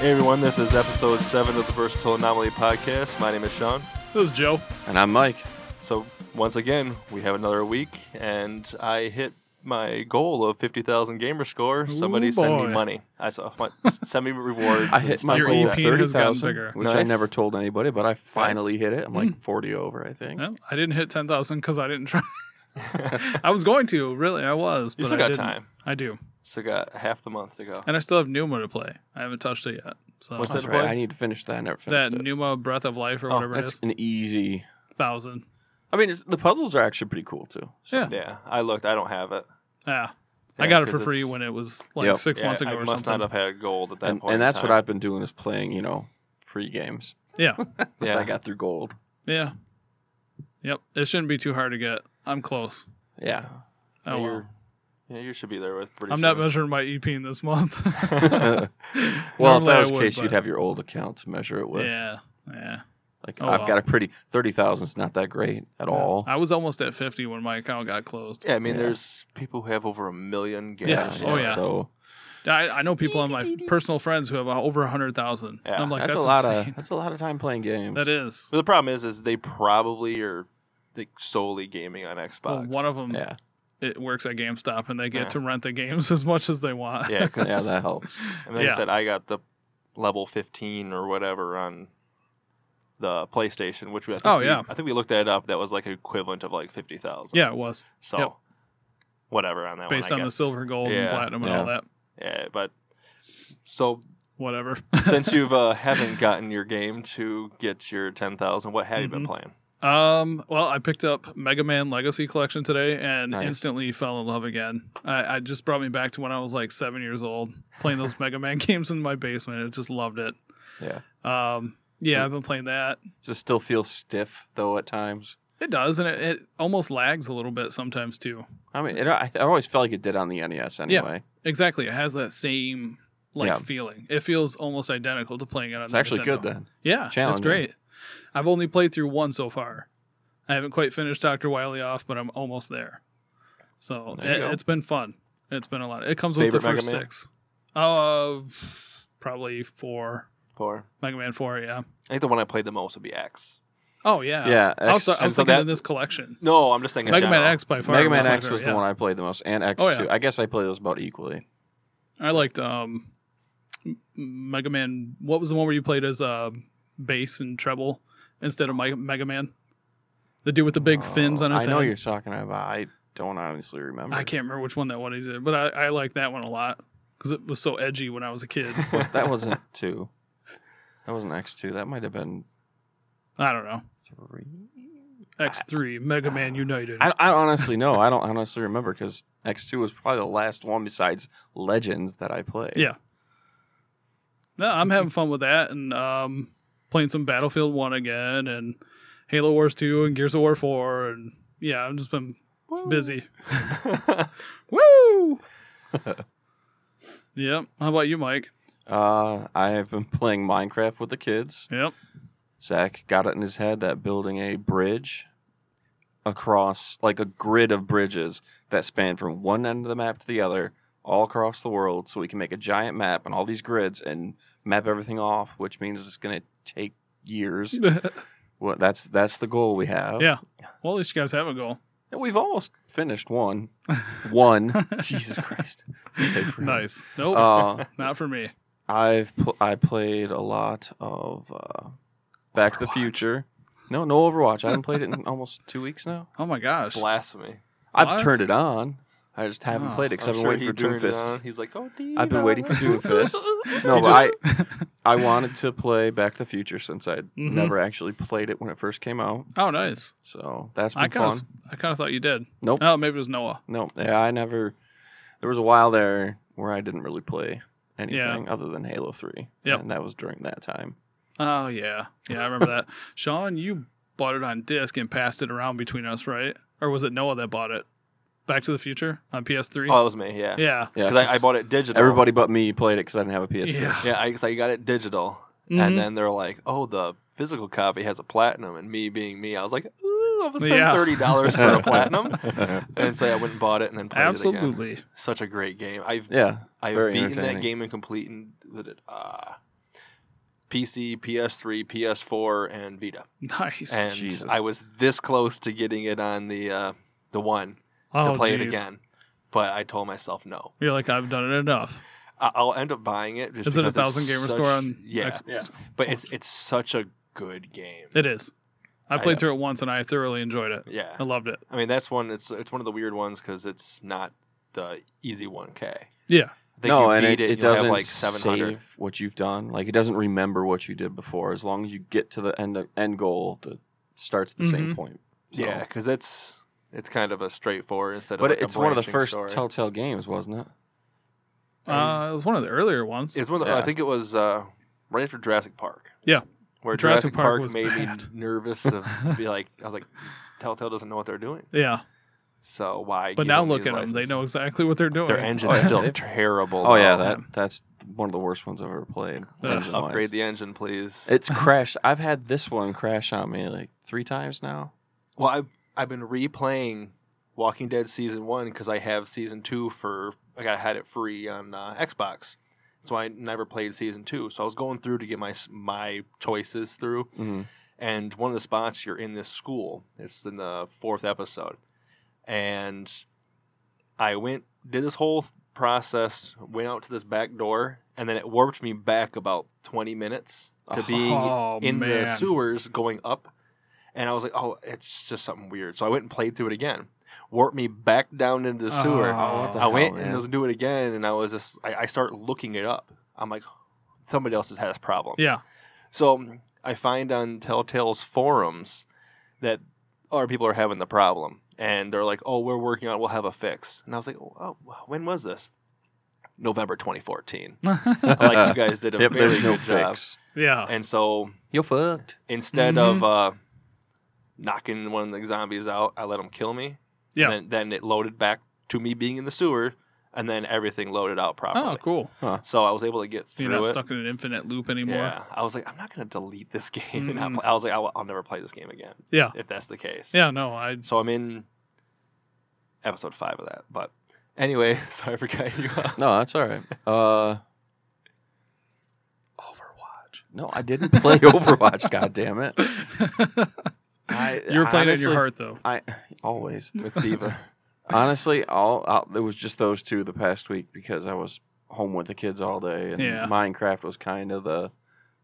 Hey everyone, this is episode seven of the Versatile Anomaly podcast. My name is Sean. This is Joe. And I'm Mike. So once again, we have another week, and I hit my goal of fifty thousand gamer score. Somebody send me boy. money. I saw my, send me rewards. I and hit stuff my Your goal like at that. EP has gotten 30,000, bigger. Hmm. which I Nice. never told anybody, but I finally hit it. I'm like 40 over, I think. Yeah, I didn't hit ten thousand because I didn't try. I was going to really, I was. You but still I got didn't. time. I do, So got half the month to go. and I still have Pneuma to play. I haven't touched it yet. So What's That's that right. play? I need to finish that. I never that finished it. Pneuma Breath of Life or Oh, whatever it That's is, an easy. thousand. I mean, it's, the puzzles are actually pretty cool, too. So Yeah, yeah. Yeah, I looked. I don't have it. I Yeah, got it 'cause for free it's- when it was like Yep. six Yeah, months ago I or must something. not have had gold at that and, point. and in that's what time. I've been doing is playing, you know, free games. Yeah, Yeah, I got through gold. yeah, yep. It shouldn't be too hard to get. I'm close. Yeah. Oh, Yeah, well. you're- yeah, you should be there with pretty. I'm soon. not measuring my EP in this month. well, if Normally I that was the would, case, but- you'd have your old account to measure it with. Yeah, yeah. Like, Oh, I've well. got a pretty 30,000 is not that great at all. I was almost at fifty when my account got closed. Yeah, I mean, Yeah. there's people who have over a million games. Yeah, oh, yeah. So I, I know people on my personal friends who have uh, over a hundred thousand. Yeah, I'm like, that's, that's, a lot insane. of that's a lot of time playing games. That is. But the problem is, is they probably are like solely gaming on Xbox. Well, one of them Yeah. it works at GameStop, and they get Yeah. to rent the games as much as they want. yeah, because Yeah, that helps. I mean, like Yeah. I said, I got the level 15 or whatever on the PlayStation, which we I think Oh, we- yeah. I think we looked that up. That was like equivalent of like fifty thousand. Yeah, it was So yep. whatever on that based one. on I the guess. silver, gold, and Yeah, platinum, and yeah. all that. Yeah, but so Whatever. since you've uh, haven't gotten your game to get your ten thousand, what have you Mm-hmm. been playing? um. Well, I picked up Mega Man Legacy Collection today, and Nice. instantly fell in love again. I, I just brought me back to when I was like seven years old, playing those Mega Man games in my basement. I just loved it. Yeah. Um. Yeah, I've been playing that. Does it still feel stiff though at times? It does, and it, it almost lags a little bit sometimes too. I mean, it, I, I always felt like it did on the NES anyway. Exactly, it has that same like Yeah. feeling. It feels almost identical to playing it on. It's the actually Nintendo. good then. Yeah, that's Challenging. great. I've only played through one so far. I haven't quite finished Doctor Wiley off, but I'm almost there. So There you it, go. has been fun. It's been a lot. It comes with the Favorite Mega first Man? six. Uh, probably four. Or Mega Man Four, yeah. I think the one I played the most would be X. Oh yeah, Yeah, I was, X- I was and so thinking that- of this collection. No, I'm just thinking. Mega Man general. X by far. Mega was Man my X favorite, was yeah. the one I played the most, and X Oh, yeah. two. I guess I play those about equally. I liked um M- Mega Man. What was the one where you played as uh, bass and treble instead of Mi- Mega Man? The dude with the big fins on his Oh. I know head. you're talking about. I don't honestly remember. I can't remember which one that one is, but I, I like that one a lot because it was so edgy when I was a kid. Was- that wasn't two. That wasn't X two. That might have been I don't know. three. X three Mega Man United. I, I honestly know. I don't honestly remember because X two was probably the last one besides Legends that I played. Yeah. no, I'm having fun with that and um playing some Battlefield One again and Halo Wars two and Gears of War four and yeah, I've just been busy. Woo! yep. How about you, Mike? Uh, I have been playing Minecraft with the kids. Yep. Zach got it in his head that building a bridge across, like a grid of bridges that span from one end of the map to the other, all across the world, so we can make a giant map and all these grids and map everything off, which means it's going to take years. well, that's that's the goal we have. yeah. Well, at least you guys have a goal. And we've almost finished one. One. Jesus Christ. It'll take forever. Nice. Nope. Uh, not for me. I've pl- I played a lot of uh, Back to the Future. No, no Overwatch. I haven't played it in almost two weeks now. Oh my gosh. Blasphemy. I've What? turned it on. I just haven't Oh, played it because I'm I've been sure waiting he for turned it on. Doomfist. He's like, oh, I've been waiting for Doomfist. No, You but I I wanted to play Back to the Future since I would Mhm. never actually played it when it first came out. Oh, nice. So that's been I kind fun. of I kind of thought you did. Nope. Oh, maybe it was Noah. Nope. Yeah, I never. There was a while there where I didn't really play anything other than Halo Three. Yep. and that was during that time. Oh yeah, yeah. I remember that. Sean, you bought it on disc and passed it around between us, right? Or was it Noah that bought it? Back to the Future on PS3. Oh, that was me. Yeah. yeah. Yeah, Because I, I bought it digital. Everybody but me played it because I didn't have a PS3. Yeah. Yeah, I, 'cause I got it digital, Mhm. and then they're like, "Oh, the physical copy has a platinum." And me being me, I was like, "Ooh, I'm gonna spend Yeah. thirty dollars for a platinum." And so I went and bought it, and then played it again. Absolutely. Such a great game. I've yeah, I've very beaten that entertaining. game and complete and uh, PC, PS3, PS4, and Vita. Nice. And Jesus. I was this close to getting it on the uh, the one oh, to play it geez. again, but I told myself no. You're like, I've done it enough. I- I'll end up buying it. Just Is it a because it's thousand gamer such- score on Yeah, Xbox? Yeah. but it's it's such a good game. It is. I I, played uh, through it once and I thoroughly enjoyed it. Yeah, I loved it. I mean that's one. It's it's one of the weird ones because it's not the easy one K. Yeah. no, and and it, it you'll have, doesn't like 700. save what you've done. Like it doesn't remember what you did before. As long as you get to the end end goal, that starts at the same Mhm. point. So- Yeah, because it's it's kind of a straightforward instead of. but like a it's one of the branching first story. Telltale games, wasn't it? Uh, it was one of the earlier ones. It's one. Of the, I Yeah. think it was uh, right after Jurassic Park. Yeah. where Jurassic Jurassic, Park Park, was made me bad. nervous of be like, I was like, Telltale doesn't know what they're doing, yeah. so why? But give now them look these at them. They licenses? know exactly what they're doing. their engine's Oh, yeah. still They've- terrible. Oh yeah, though. that that's one of the worst ones I've ever played. Ugh, engine-wise. upgrade the engine, please. It's crashed. I've had this one crash on me like three times now. well, I've I've been replaying Walking Dead season one because I have season two for like I had it free on uh, Xbox. That's why I never played season two. So I was going through to get my s- my choices through, Mm-hmm. and one of the spots you're in this school. It's in the fourth episode, and I went did this whole process, went out to this back door, and then it warped me back about twenty minutes to being oh, in man. the sewers going up. And I was like, oh, it's just something weird. So I went and played through it again. Warped me back down into the sewer. Oh, what the I went and was do it again, and I was just, I, I start looking it up. I'm like, somebody else has had this problem. Yeah. So um, I find on Telltale's forums that other people are having the problem, and they're like, "Oh, we're working on. it. We'll have a fix." And I was like, "Oh, when was this?" November 2014. like you guys did a Yep, very there's good no job. fix. yeah. And so You're fucked. instead Mhm. of uh, knocking one of the zombies out, I let them kill me. Yeah. And then, then it loaded back to me being in the sewer, and then everything loaded out properly. Oh, cool. So I was able to get through You're not it. stuck in an infinite loop anymore. Yeah, I was like, I'm not going to delete this game. And not Mm. play. I was like, I'll, I'll never play this game again Yeah. if that's the case. Yeah, no, I So I'm in episode five of that. But anyway, sorry for cutting you off. No, that's all right. Uh, Overwatch. no, I didn't play Overwatch. God damn it! I, You were playing it in honestly- your heart though. I always With Diva. honestly all, all it was just those two the past week because I was home with the kids all day and Yeah. Minecraft was kind of the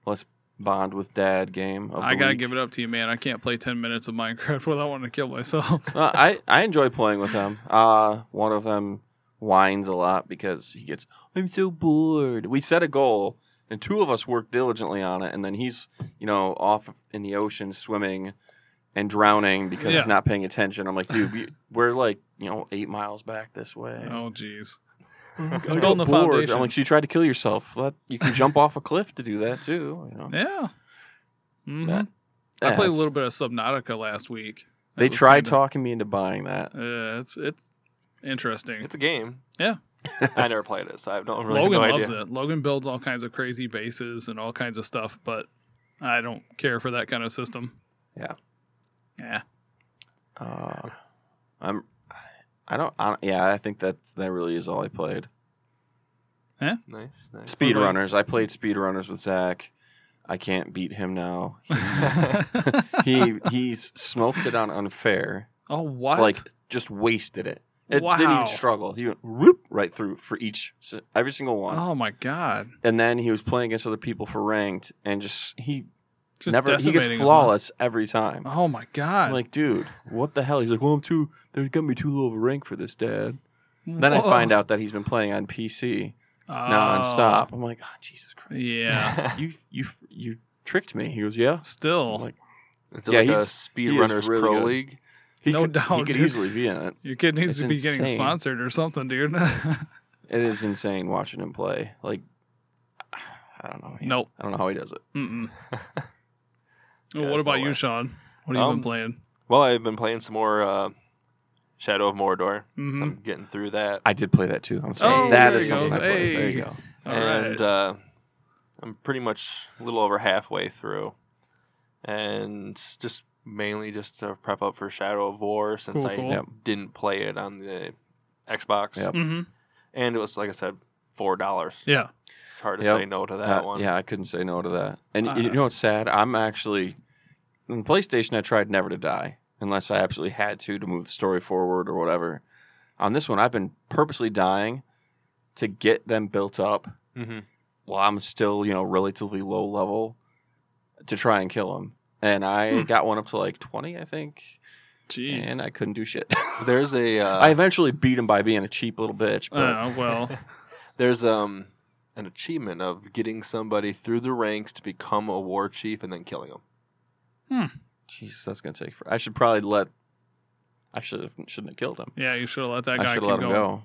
let's bond with dad game. Of I the gotta week. give it up to you, man. I can't play ten minutes of Minecraft without wanting to kill myself. Uh, I I enjoy playing with them. Uh, one of them whines a lot because he gets I'm so bored. We set a goal and two of us work diligently on it, and then he's you know off in the ocean swimming and drowning because Yeah. he's not paying attention. I'm like, dude, we, we're like you know eight miles back this way. oh jeez. I'm Like on the bored. foundation. I'm like, so you tried to kill yourself. Let, you can jump off a cliff to do that too. You know? Yeah. Mhm. Yeah, I played a That's- little bit of Subnautica last week. That They was tried kinda- talking me into buying that. Uh, it's it's interesting. It's a game. Yeah. I never played it, so I don't really Logan have no loves idea. it. Logan builds all kinds of crazy bases and all kinds of stuff, but I don't care for that kind of system. Yeah. Yeah. Uh, I'm. I don't. I don't yeah, I think that's that really is all I played. Nice, nice. Speedrunners. I played speedrunners with Zach. I can't beat him now. He he's smoked it on unfair. oh what? Like just wasted it. It didn't Wow. even struggle. He went whoop right through for each every single one. oh my god. And then he was playing against other people for ranked and just he Just never he gets decimating 'em. flawless every time. Oh my god. I'm like, dude, what the hell? He's like, well, I'm too. There's gonna be too low of a rank for this, Dad. Then I find out that he's been playing on PC nonstop. I'm like, oh, Jesus Christ. Yeah. You you you tricked me. He goes, yeah. Still, I'm like, Is it Yeah, like he's- a is speedrunners really pro good. league? He No could, doubt, He could dude. easily be in it. your kid needs It's to be getting insane. sponsored or something, dude. It is insane watching him play. Like, I don't know. nope. I don't know how he does it. Mm-mm. Well, there's what no about you, way. Sean? What have you Um, been playing? Well, I've been playing some more uh, Shadow of Mordor. Mhm. So I'm getting through that. I did play that too. I'm sorry. Oh, that there is it something goes. I played. There Hey. you go. All and right. uh, I'm pretty much a little over halfway through, and just mainly just to prep up for Shadow of War since Cool, I cool. Yep. didn't play it on the Xbox, Yep. hmm and it was like I said, four dollars. Yeah. It's hard to Yep. say no to that Uh, one. Yeah, I couldn't say no to that. And Uh, you know what's sad? I'm actually in PlayStation. I tried never to die unless I absolutely had to to move the story forward or whatever. On this one, I've been purposely dying to get them built up hmm while I'm still you know relatively low level to try and kill them. And I Hmm. got one up to like 20, I think, Jeez. and I couldn't do shit. There's a uh, I eventually beat him by being a cheap little bitch, but Oh well. there's um an achievement of getting somebody through the ranks to become a war chief and then killing them. Jesus, that's gonna take. For- I should probably let. I should have shouldn't have killed him. Yeah, you should have let that I guy should keep have let him going. go.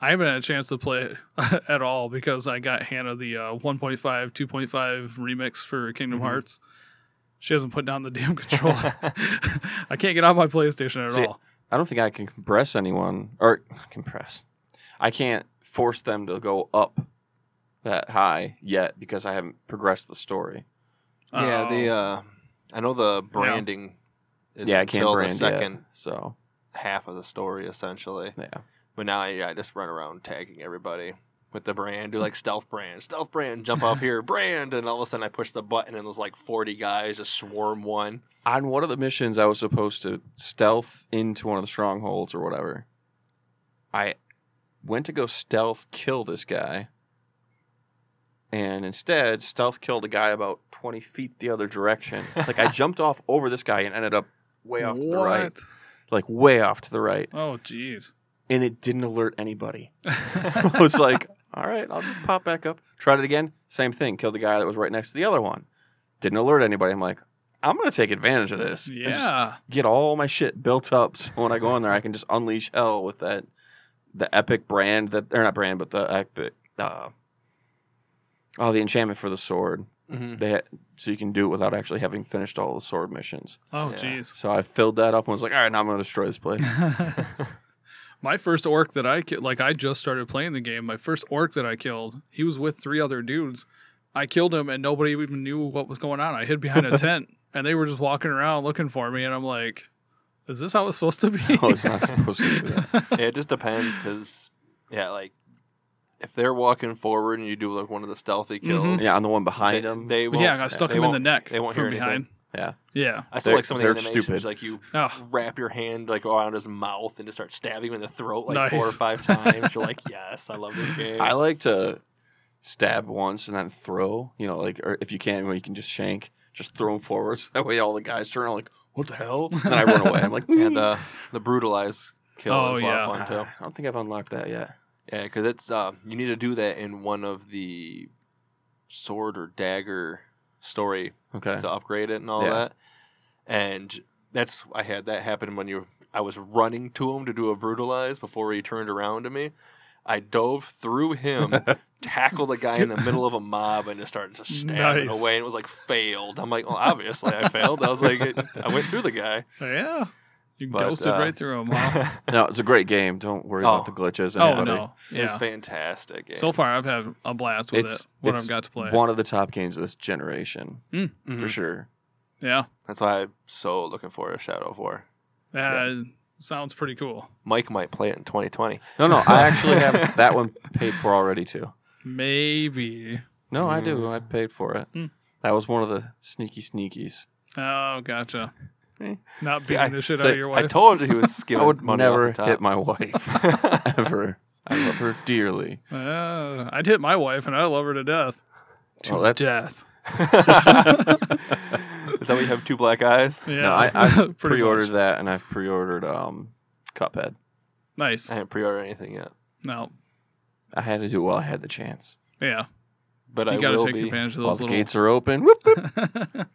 I haven't had a chance to play it at all because I got Hannah the uh, 1.5, 2.5 remix for Kingdom Mhm. Mm-hmm. Hearts. She hasn't put down the damn controller. I can't get off my PlayStation at See, all. I don't think I can compress anyone or compress. I can't force them to go up that high yet because I haven't progressed the story. Yeah, the Oh. uh, I know the branding is yeah, I can't until brand the yet, second So half of the story essentially. yeah, But now yeah, I just run around tagging everybody with the brand, do like stealth brand, stealth brand, jump off here, brand, and all of a sudden I push the button and there's like 40 guys just swarm one. on one of the missions I was supposed to stealth into one of the strongholds or whatever. I went to go stealth kill this guy, and instead stealth killed a guy about twenty feet the other direction. like I jumped off over this guy and ended up way off to the right. What? like way off to the right, Oh, jeez. and it didn't alert anybody. I was like, all right, I'll just pop back up. Tried it again, same thing. Killed the guy that was right next to the other one. Didn't alert anybody. I'm like, I'm gonna take advantage of this. and just yeah. get all my shit built up so when I go in there, I can just unleash hell with that the epic brand that they're not brand, but the epic. Uh, Oh, the enchantment for the sword. Mhm. They ha- so you can do it without actually having finished all the sword missions. Oh, Yeah. jeez. So I filled that up and was like, "All right, now I'm going to destroy this place." my first orc that I ki- like, I just started playing the game. My first orc that I killed, he was with three other dudes. I killed him, and nobody even knew what was going on. I hid behind a tent, and they were just walking around looking for me. And I'm like, "Is this how it's supposed to be?" oh, it's not supposed to do that. Yeah, it just depends because, yeah, like if they're walking forward and you do like one of the stealthy kills, Yeah, on the one behind they, them. they But won't. yeah, I got stuck they him in the won't- neck. They won't from hear behind. anything. yeah. Yeah. I still They're- like some of the they're animations, stupid. like you Oh, wrap your hand like around his mouth and just start stabbing him in the throat like four or Nice. five times. You're like, yes, I love this game. I like to stab once and then throw. You know, like or if you can, when you can just shank, just throw them forwards. That way, all the guys turn around like, "What the hell?" And then I run away. I'm like, and the the brutalize kill Oh, is a lot "Ah, of fun too. I don't think I've unlocked that yet. Yeah, because it's uh, you need to do that in one of the sword or dagger story Okay. to upgrade it and all Yeah. that. And that's I had that happen when you I was running to him to do a brutalize before he turned around to me. I dove through him, tackled a guy in the middle of a mob, and just started just stabbing Nice. away. And it was like failed. I'm like, well, obviously I failed. I was like, it, I went through the guy. Oh, yeah. You But, ghosted uh, right through him. Huh? no, it's a great game. Don't worry about Oh. the glitches. oh anybody. no. It's Yeah. fantastic. So far, I've had a blast with It's- it. What it's I've got to play. One of the top games of this generation, Mhm. Mm-hmm. for sure. yeah. That's why I'm so looking for a Shadow of War. Uh, Sounds pretty cool. Mike might play it in 2020. No, no, I actually have that one paid for already too. Maybe. No, I do. I paid for it. Hmm. That was one of the sneaky sneakies. Oh, gotcha. Eh. Not See, beating I- the shit see, out of your I wife. told you he was I skimming would money never off the top. hit my wife ever. I love her dearly. Uh, I'd hit my wife, and I love her to death. Well, that's- death. Is that why you have two black eyes? Yeah. No, I, I pretty pre-ordered much. that, and I've pre-ordered um, Cuphead. Nice. I haven't pre-ordered anything yet, No. I had to do it while I had the chance. Yeah. but I You got to will take be. advantage of All those the little. gates are open. Whoop, whoop.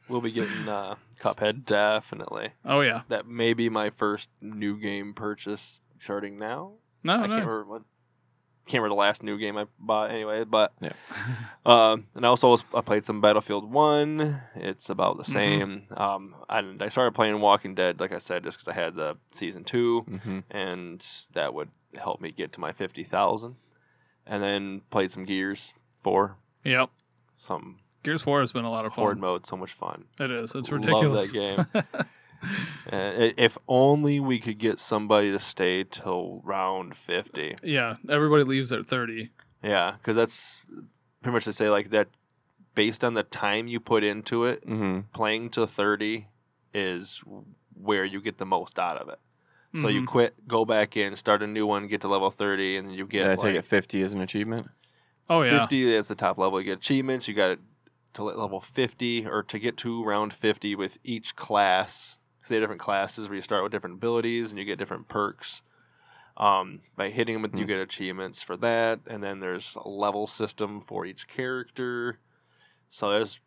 We'll be getting uh, Cuphead definitely. oh yeah. That may be my first new game purchase starting now. No. I Oh, nice. can't remember what. Can't remember the last new game I bought anyway, but Yeah. um, and I also was, I played some Battlefield One. It's about the same. Um, and I started playing Walking Dead, like I said, just because I had the season two. Mhm. and that would help me get to my 50,000. And then played some Gears 4, Yep. some Gears Four has been a lot of horde fun. mode, so much fun. It is. It's Love ridiculous. that game. Uh, i- if only we could get somebody to stay till round 50. Yeah. Everybody leaves at thirty. Yeah, because that's pretty much they say like that based on the time you put into it, Mm-hmm. playing to 30 is where you get the most out of it. So you Mm-hmm. Mhm. quit, go back in, start a new one, get to level 30, and you get Yeah, I like, take it 50 as an achievement. Oh yeah. 50 is the top level. You get achievements. You got to le- level 50 or to get to round 50 with each class. So they have different classes where you start with different abilities and you get different perks. Um, by hitting them, with you Hmm. get achievements for that. And then there's a level system for each character. So there's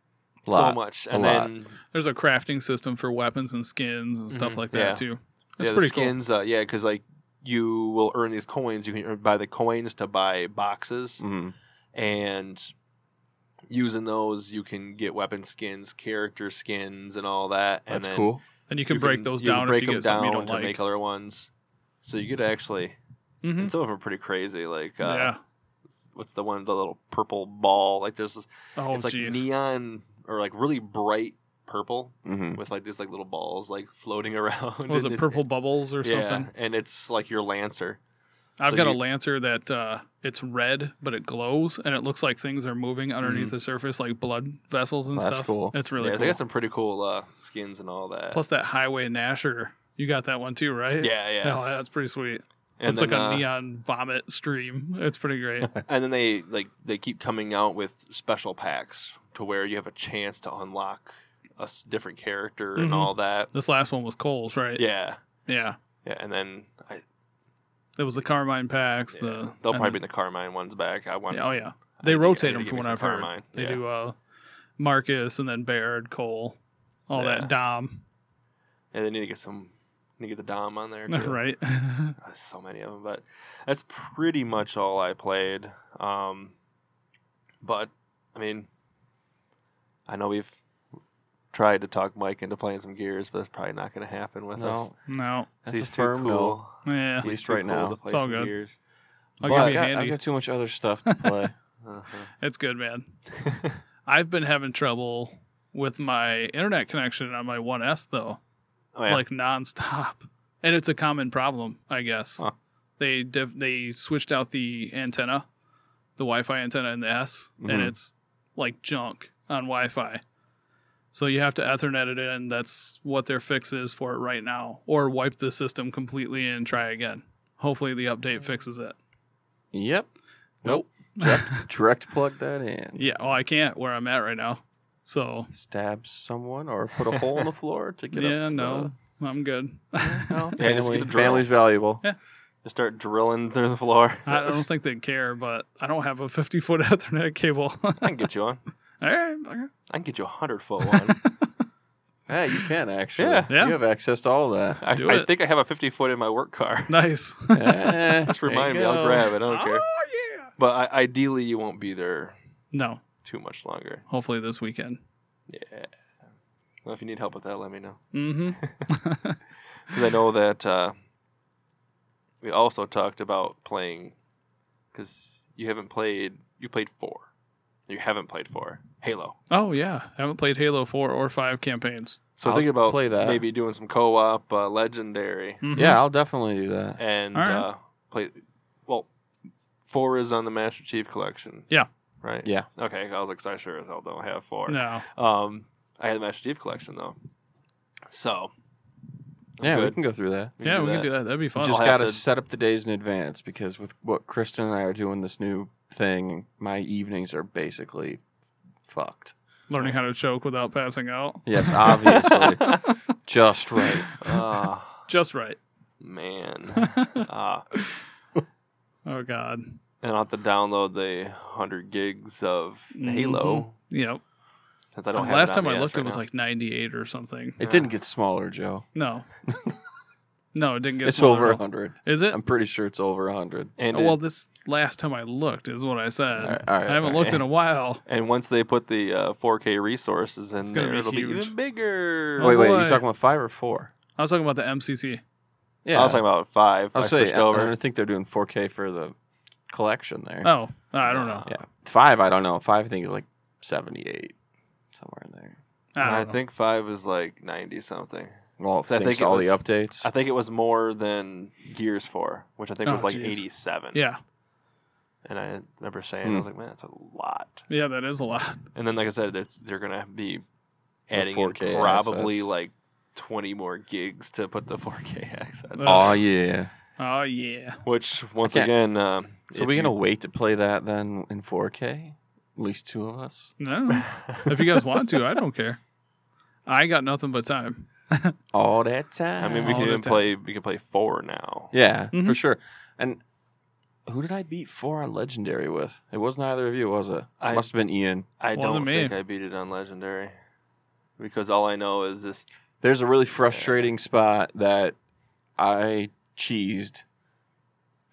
Lot. so much. A And lot. then There's a crafting system for weapons and skins and stuff Mhm, like that yeah. too. That's yeah, the pretty skins, uh, yeah, because like you will earn these coins. You can earn, buy the coins to buy boxes. Mm-hmm. and using those you can get weapon skins character skins and all that and That's then cool. cool. And you can break those you can down break if you them get something you down don't to like. make other ones so you could actually Mhm. and some of them are pretty crazy like uh, Yeah. what's- what's the one the little purple ball like there's this, Oh it's like jeez. neon or like really bright purple Mm-hmm. with like these like little balls like floating around What was and it it's- purple bubbles or yeah, something? and it's like your lancer I've so got a you- lancer that uh, it's red, but it glows, and it looks like things are moving underneath Mhm. the surface, like blood vessels and That's stuff. cool. It's really yeah they cool. got some pretty cool uh, skins and all that Plus that highway Nasher, you got that one too, right? yeah yeah Oh, that's pretty sweet. and it's then, like a uh, neon vomit stream. It's pretty great. and then they like they keep coming out with special packs to where you have a chance to unlock a s- different character and Mhm. all that. this last one was Cole's, right? Yeah, Yeah. yeah, and then I, It was the Carmine packs. yeah. The they'll and probably bring the Carmine ones back. I the- want. yeah, oh yeah, I they think- I rotate need them to from get what me I've some heard. Carmine, They yeah. do uh, Marcus and then Baird, Cole, all Yeah. that Dom, and they need to get some. Need to get the Dom on there. too. right? Uh, so many of them, but that's pretty much all I played. Um, but I mean, I know we've tried to talk Mike into playing some gears, but that's probably not going to happen with us. No, no, that's He's a too firm no. cool. yeah. He's least too right now. to play It's all some good. Gears. I'll But give I you a got, I handy. got too much other stuff to play. Uh-huh. It's good, man. I've been having trouble with my internet connection on my 1S though, Oh, yeah. like nonstop, and it's a common problem, I guess. Huh. They div- they switched out the antenna, the Wi-Fi antenna in the S, and Mhm. it's like junk on Wi-Fi. So you have to Ethernet it in. That's what their fix is for it right now, or wipe the system completely and try again. Hopefully, the update fixes it. yep. Nope. Direct, direct plug that in. Yeah, well, I can't where I'm at right now. So Stab someone or put a hole in the floor to get yeah, up. to no, I'm good. the- no. Yeah, just get Family, the drill. family's valuable. Yeah. Just start drilling through the floor. I I don't think they care, but I don't have a 50 foot Ethernet cable. All I can get you on. right, okay. I can get you a hundred foot one. Yeah, you can actually. Yeah. Yeah. You have access to all that. I, Do I it. think I have a fifty foot in my work car. nice. Eh, Just there you remind me, I'll go. grab it. I don't care. Oh yeah. But I, ideally, you won't be there No, too much longer. hopefully this weekend. Yeah. Well, if you need help with that, let me know. Mm-hmm. 'Cause I know that uh, we also talked about playing because you haven't played. You played four. You haven't played four. Halo. Oh yeah, I haven't played Halo 4 or 5 campaigns. So I'll think about play that. maybe doing some co-op uh, legendary Mhm. Yeah, I'll definitely do that. and All right. uh, play. Well, four is on the Master Chief Collection. Yeah. Right. Yeah. Okay. I was like, I sure as hell don't have four. No. Um, I had the Master Chief Collection though. So. I'm yeah, we good. can go through that. yeah, we can do that. That'd be fun. Just I'll have got to to- set up the days in advance because with what Kristen and I are doing this new thing, my evenings are basically fucked. Learning how to choke without passing out. Yes, obviously. Just right. Uh, Oh Just right. man. oh Uh, God. and I'll have to download the hundred gigs of Halo Yep. since I don't. have Mm-hmm. Last on time the I NES looked, right it was now. like 98 or something. It didn't get smaller, Joe. No. no, it didn't get. it's smaller. over 100. Is it? Oh, I'm pretty sure it's over 100. And well, well, this last time I looked is what I said. All right, all right, I haven't all looked right. in a while. and once they put the uh, 4K resources in gonna there, be it'll be huge. even bigger. Oh, wait, wait, you boy. talking about 5 or 4? I was talking about the MCC. Yeah. I was talking about five. I I'll say, uh, switched I, I over. don't think they're doing 4K for the collection there. Oh, I don't know. Uh, Yeah. 5, I don't know. 5, I think, is like 78, somewhere in there. I, don't I, know. think five is like ninety something. Well, I thanks think to it all the was- updates. I think it was more than Gears Four, which I think Oh, was like geez. eighty seven. Yeah, and I never say it. I Hmm. was like, man, that's a lot. Yeah, that is a lot. And then, like I said, they're, they're gonna be The adding in 4K probably assets. like twenty more gigs to put the 4K access. Uh, Oh yeah. Oh yeah. Which once Yeah. again, um, So if we you- gonna wait to play that then in 4K? At least two of us. No, if you guys want to, I don't care. I got nothing but time. All that time. I mean, we all can the even time. play. We can play four now. Yeah, for Mm-hmm. Mhm. sure. And who did I beat four on legendary with? It wasn't either of you, was it? I- it must have been Ian. I Wasn't don't me. think I beat it on legendary because all I know is this. There's a really frustrating spot that I cheesed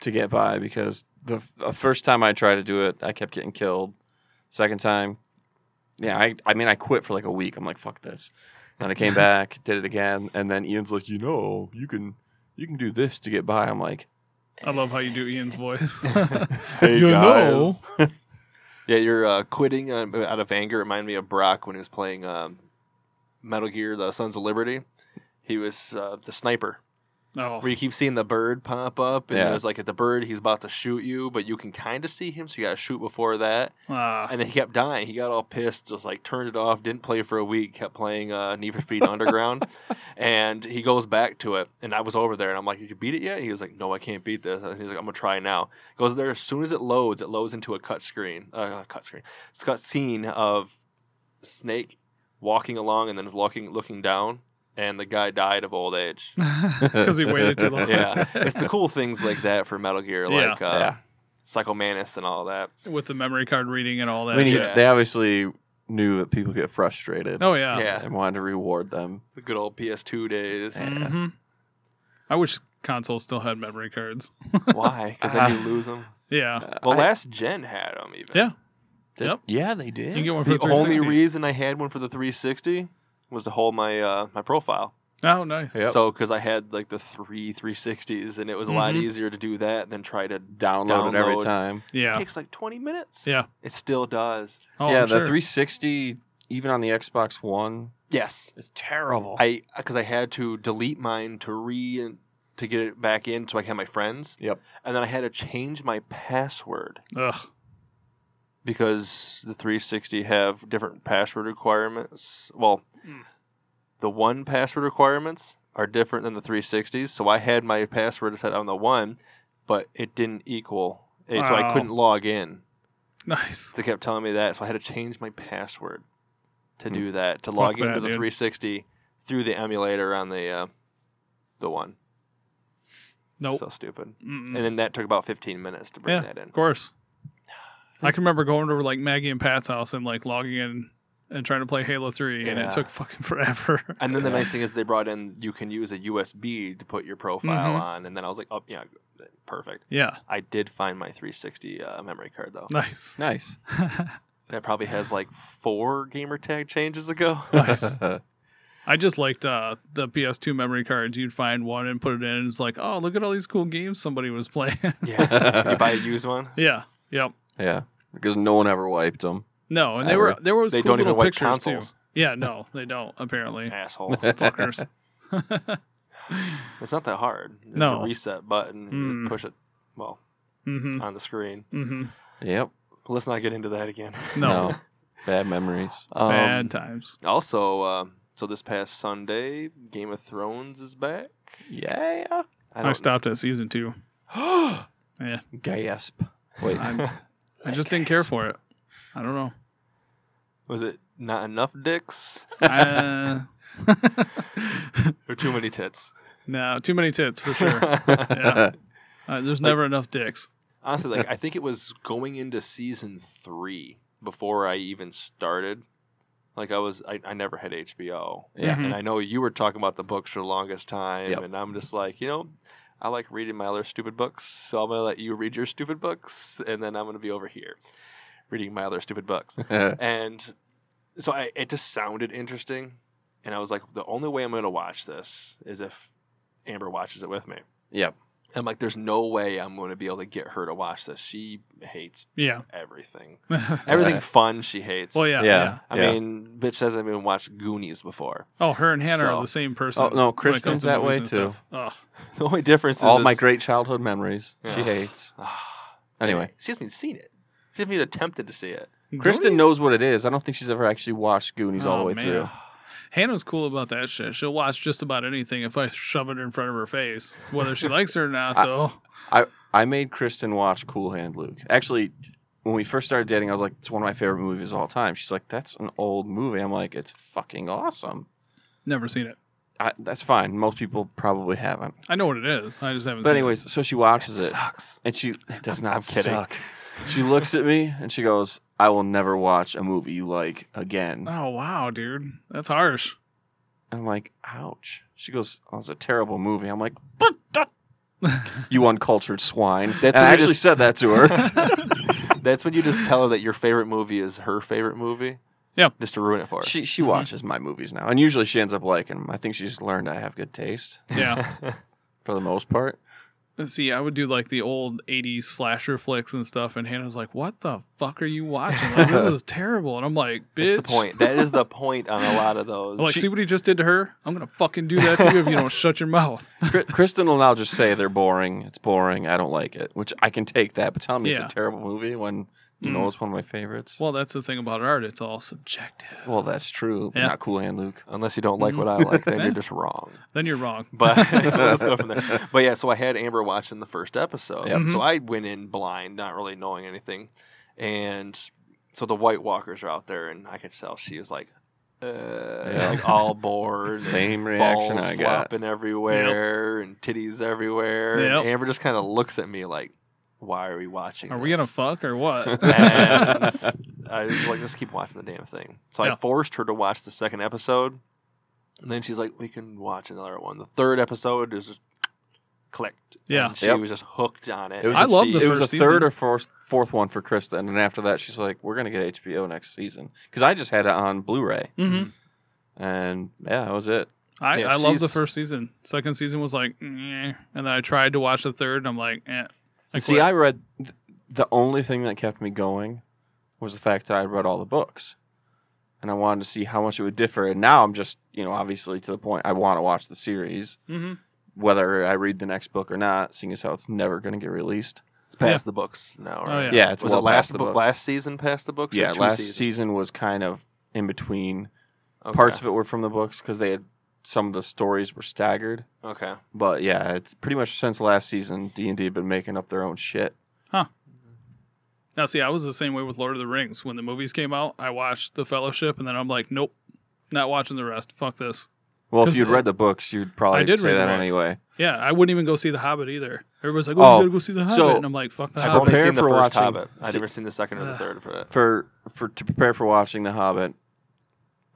to get by because the, f- the first time I tried to do it, I kept getting killed. Second time, yeah, I, I mean, I quit for like a week. I'm like, fuck this. Then I came back, did it again, and then Ian's like, you know, you can you can do this to get by. I'm like, I love how you do Ian's voice. hey You know. guys. Yeah, you're uh, quitting uh, out of anger. Remind me of Brock when he was playing um, Metal Gear: The Sons of Liberty. He was uh, the sniper, oh, where you keep seeing the bird pop up, and Yeah. it was like at the bird, he's about to shoot you, but you can kind of see him, so you got to shoot before that. ah, And then he kept dying. He got all pissed, just like turned it off, didn't play for a week, kept playing uh, Need for Speed Underground. And he goes back to it. And I was over there and I'm like, Did you beat it yet? He was like, No, I can't beat this. And he's like, I'm going to try now. Goes there. As soon as it loads, it loads into a cut screen, uh, cut screen, it's cut scene of Snake walking along and then looking, looking down. And the guy died of old age. because he waited too long. yeah. It's the cool things like that for Metal Gear, Yeah. like uh, Yeah. Psychomanus and all that. with the memory card reading and all that. I mean, he- Yeah. they obviously knew that people get frustrated oh yeah. yeah. and wanted to reward them. The good old PS2 days. hmm I wish consoles still had memory cards. Why? Because then you lose them. Yeah. Well, I- last gen had them even. Yeah. Did- Yep. Yeah, they did. You can get one for The only 360. reason I had one for the 360 was to hold my uh, my profile. oh, nice. Yep. So because I had like the three 360s, and it was a lot Mhm. easier to do that than try to. download, Download. it every time. It Yeah. takes like 20 minutes. Yeah. It still does. Oh, yeah, I'm the sure. 360, even on the Xbox One, Yes. is terrible. I because I had to delete mine to re to get it back in so I could have my friends, yep. and then I had to change my password Ugh. because the 360 have different password requirements. Well, Mm. the one password requirements are different than the 360s. So I had my password set on the one, but it didn't equal, eh, so I Wow. couldn't log in. Nice. So it kept telling me that, so I had to change my password to Hmm. do that to log that, into the dude. 360 through the emulator on the uh, the one. Nope. So stupid. Mm-mm. And then that took about 15 minutes to bring Yeah. that in. Of course. I can remember going to like Maggie and Pat's house and like logging in and trying to play Halo 3 and Yeah. it took fucking forever. And then the nice thing is they brought in you can use a USB to put your profile Mhm. on, and then I was like, oh yeah, perfect. yeah. I did find my 360 uh, memory card though. Nice. Nice. That probably has like four gamer tag changes ago. nice. I just liked uh, the PS2 memory cards. You'd find one and put it in and it's like, "Oh, look at all these cool games somebody was playing." yeah, you buy a used one. yeah. Yep. yeah, because no one ever wiped them. No, and they were Ever. there was They cool don't even little wipe pictures consoles. too. Yeah, no, they don't apparently. Asshole. Fuckers. Mm-hmm, it's not that hard. There's No. a reset button. and You Mm. just push it. Well, Mhm. on the screen. Mhm. Yep. But let's not get into that again. No. Bad memories. Um, Bad times. Also, uh, so this past Sunday, Game of Thrones is back. Yeah. I I, don't stopped at season 2. Yeah. Gasp. Wait. I'm, I just didn't care for it. I don't know. Was it not enough dicks Uh, or too many tits? no, too many tits for sure. Yeah. Uh, there's never enough dicks. Honestly, like I think it was going into season three before I even started. Like I was, I, I never had HBO. Yeah. Mhm. and I know you were talking about the books for the longest time, Yep. and I'm just like, you know, I like reading my other stupid books, so I'm gonna let you read your stupid books, and then I'm gonna be over here reading my other stupid books. and so I, it just sounded interesting, and I was like, the only way I'm gonna watch this is if Amber watches it with me. yep. I'm like, there's no way I'm going to be able to get her to watch this. She hates Yeah. everything. well, Everything fun she hates. yeah. Yeah. yeah. I yeah. mean, bitch hasn't even watched Goonies before. Oh, her and Hannah So- are the same person. Oh, no, when it Kristen's comes to that movies way, and too. stuff. Ugh. The only difference is all my is- great childhood memories. Yeah. She hates. Anyway, She hasn't even seen it. She hasn't even attempted to see it. Kristen Goonies? knows what it is. I don't think she's ever actually watched Goonies all the Oh, way man. through. Hannah's cool about that shit. She'll watch just about anything if I shove it in front of her face, whether she likes it or not. I- Though I made Kristen watch Cool Hand Luke. Actually, when we first started dating, I was like, "It's one of my favorite movies of all time." She's like, "That's an old movie." I'm like, "It's fucking awesome." never seen it. I, that's fine. Most people probably haven't. I know what it is. I just haven't. But seen anyways, so she watches it, sucks. and she it does I'm not kidding. suck. She looks at me and she goes, "I will never watch a movie you like again." it. Oh wow, dude, that's harsh. I'm like, ouch. She goes, oh, it's a terrible movie. I'm like, "But uh, that- you uncultured swine. That's and I what you actually just- said that to her. That's when you just tell her that your favorite movie is her favorite movie. Yeah. Just to ruin it for her. she she watches my movies now, and usually she ends up liking them. I think she's learned I have good taste Yeah. for the most part. See, I would do like the old '80s slasher flicks and stuff, and Hannah's like, "What the fuck are you watching? Like, this is terrible." And I'm like, "Bitch." That's the point. That is the point on a lot of those. I'm like, She- see what he just did to her? I'm gonna fucking do that to you if you don't shut your mouth. Kri- Kristen will now just say they're boring. It's boring. I don't like it, which I can take that. But tell me Yeah. Mm. it's a terrible movie when you know it's one of my favorites. Well, Well, that's the thing about art; it's all subjective. that's true. but Yeah. Not Cool Hand Luke. Unless you don't like what I Mm-hmm. like, then you're just wrong. Then you're wrong. But let's go from there. But yeah, so I had Amber watching the first episode. Yep. So I went in blind, not really knowing anything. And so the White Walkers are out there, and I could tell she was like, uh, Yeah. like all bored. and Same reaction Balls I got. flopping everywhere and titties everywhere. Yep. And Amber just kind of looks at me like, "Why are we watching? Are we this?" gonna fuck or what? and I was like, just keep watching the damn thing. So I Yeah. forced her to watch the second episode, and then she's like, we can watch another one. The third episode is just clicked. Yeah. and she Yep. was just hooked on it. It was I and love she- the it was a first third season. or fourth fourth one for Kristen, and after that, she's like, "We're gonna get HBO next season." Because I just had it on Blu-ray, hmm and yeah, that was it. I, Yeah, I love the she's- first season. Second season was like, "Nyeh." and then I tried to watch the third, and I'm like, eh. I See, quit. I read th- the only thing that kept me going was the fact that I read all the books, and I wanted to see how much it would differ. And now I'm just, you know, obviously to the point I want to watch the series, Mhm. whether I read the next book or not, seeing as how it's never gonna get released. It's past the books now, right? Oh, yeah. Yeah, it's was well it last past the book, books. last season past the books? or yeah, two last seasons? season was kind of in between. Okay. Parts of it were from the books because they had some of the stories were staggered. Okay, But yeah, it's pretty much since last season D and D been making up their own shit. Now, see, I was the same way with Lord of the Rings. When the movies came out, I watched The Fellowship, and then I'm like, nope, not watching the rest. Fuck this. Well, if 'Cause you'd the- read the books, you'd probably I did say read the that books. anyway. Yeah, I wouldn't even go see The Hobbit either. Everybody's like, oh, Oh, you gotta go see The Hobbit. so- and I'm like, fuck The I've Prepare only Hobbit. seen the for first watching- Hobbit. I've see- never seen the second or the Ugh. third for it. For for to prepare for watching The Hobbit,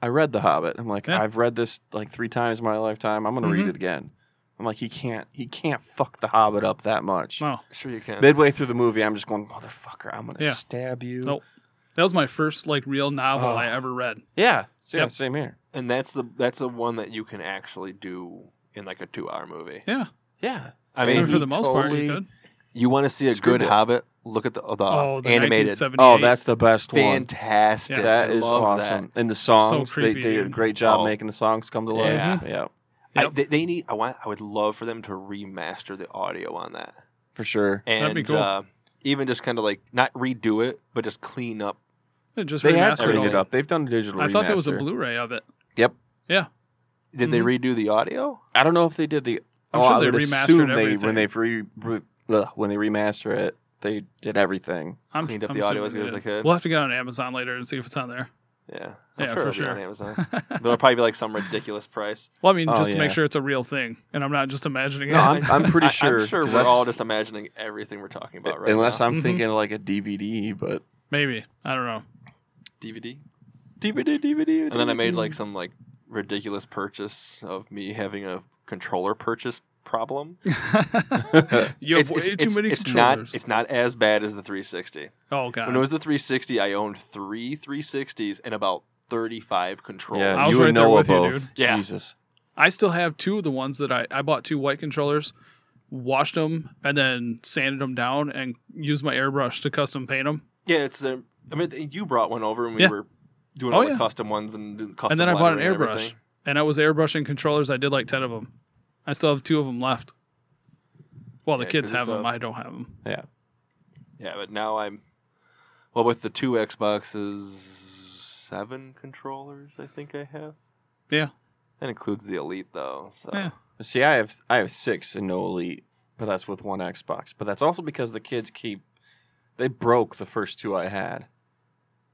I read The Hobbit. I'm like, Yeah. I've read this like three times in my lifetime. I'm gonna read Mhm. it again. I'm like, he can't he can't fuck The Hobbit up that much. No, Sure, you can. Midway through the movie, I'm just going, motherfucker, I'm gonna Yeah. stab you. Nope. that was my first like real novel Oh. I ever read. Yeah, yeah, Yep. same here. and that's the that's the one that you can actually do in like a two hour movie. Yeah, Yeah, I And mean, for he the most part, totally- you could. You want to see a Screwed good it. Hobbit? Look at the, the, Oh, the animated. 1978. Oh, that's the best one. Fantastic. Yeah. That I is love awesome. And the songs, So they, creepy, they did a dude. great job Oh. making the songs come to life. Yeah. yeah, that. I, Yep. they, they need. I want. I would love for them to remaster the audio on that, for sure. and That'd be cool. uh, even just kind of like not redo it, but just clean up. It just They have remastered cleaned all- it up. They've done a digital. I thought there was a remaster. Blu-ray of it. Yep. Yeah. Did they Mm-hmm. redo the audio? I don't know if they did the. I'm oh, sure I they would remastered assume they everything. when they re, re, ugh, when they remaster it, they did everything. I'm, Cleaned up I'm the audio assuming as good as did. they could. We'll have to get on Amazon later and see if it's on there. Yeah, Yeah, it'll for be on sure. Amazon. It'll probably be like some ridiculous price. Well, I mean, Oh, just to yeah. make sure it's a real thing, and I'm not just imagining No, it. I'm, I'm pretty I- sure. I'm sure 'cause we're that's- all just imagining everything we're talking about right unless now. I'm Mhm. thinking like a DVD, but Maybe I don't know. DVD. DVD, DVD, And then I made like some like ridiculous purchase of me having a controller purchase problem. You have it's, way it's- too it's- many it's not controllers. it's not as bad as the 360. oh god. When it was the 360, I owned three 360s and about 35 controllers. yeah, I was you right and there Noah with you, both. dude. Yeah. Jesus, I still have two of the ones that I I bought two white controllers, washed them, and then sanded them down and used my airbrush to custom paint them. Yeah, it's. Uh, I mean, you brought one over and we Yeah. were doing Oh, all the yeah. custom ones and doing custom. and then I bought an lettering and airbrush, everything. and I was airbrushing controllers. I did like ten of them. I still have two of them left. Well, the Yeah, kids 'cause have it's them. a- I don't have them. yeah. Yeah, but now I'm well with the two Xboxes, seven controllers. I think I have. Yeah. That includes the Elite though. So Yeah. See, I have I have six and no elite, but that's with one Xbox. But that's also because the kids keep they broke the first two I had.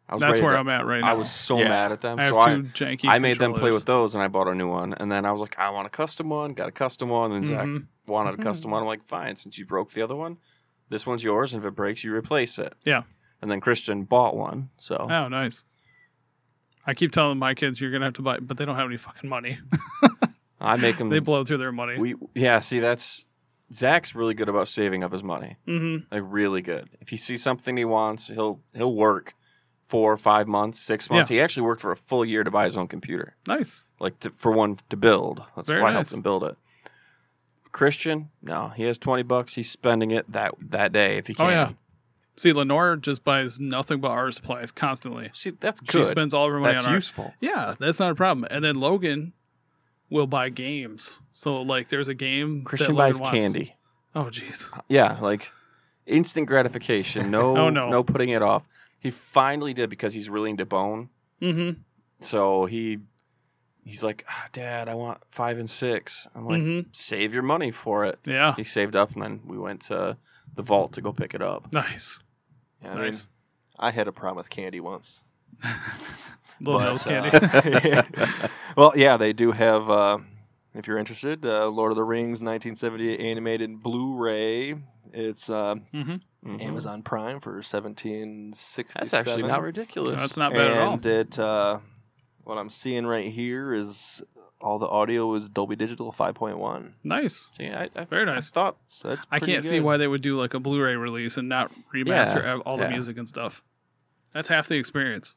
I was That's ready where to- I'm at right now. I was so Yeah. mad at them. I have so two I janky. I made them play controllers. with those, and I bought a new one. And then I was like, I want a custom one. Got a custom one. And Zach Mhm. wanted a custom one. I'm like, fine. Since you broke the other one, this one's yours. And if it breaks, you replace it. Yeah. And then Christian bought one. So Oh, nice. I keep telling my kids you're gonna have to buy, but they don't have any fucking money. I make them. They blow through their money. we yeah. See, that's Zach's really good about saving up his money. mm-hmm. like really good. If he sees something he wants, he'll he'll work four, five months, six months. He actually worked for a full year to buy his own computer, Nice. like to, for one to build. That's Very why I nice. helped him build it. Christian, no, he has twenty bucks. He's spending it that that day if he can. Oh, yeah. See, Lenore just buys nothing but art supplies constantly. See, that's She good. spends all of her money that's on art. useful. Yeah, that's not a problem. And then Logan will buy games. So like, there's a game. Christian that buys Logan wants. candy. Oh jeez. Yeah, like instant gratification. No, Oh, no. no putting it off. He finally did because he's really into bone. Mm-hmm. So he he's like, ah, Dad, I want five and six. I'm like, Mhm. save your money for it. Yeah. He saved up, and then we went to the vault to go pick it up. Nice. yeah, I mean, nice. I had a problem with candy once. Little But, nose candy. uh, well, yeah, they do have. Uh, if you're interested, uh, Lord of the Rings 1978 animated Blu-ray. It's uh, mm-hmm. Mhm. Amazon Prime for 17.67. That's actually not ridiculous. That's not bad at all. and it uh, what I'm seeing right here is all the audio is Dolby Digital 5.1. Nice. See, I, I, Very nice. I thought So that's I pretty can't see good. why they would do like a Blu-ray release and not remaster Yeah, ev- all the yeah. music and stuff. That's half the experience.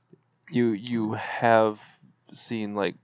you you have seen like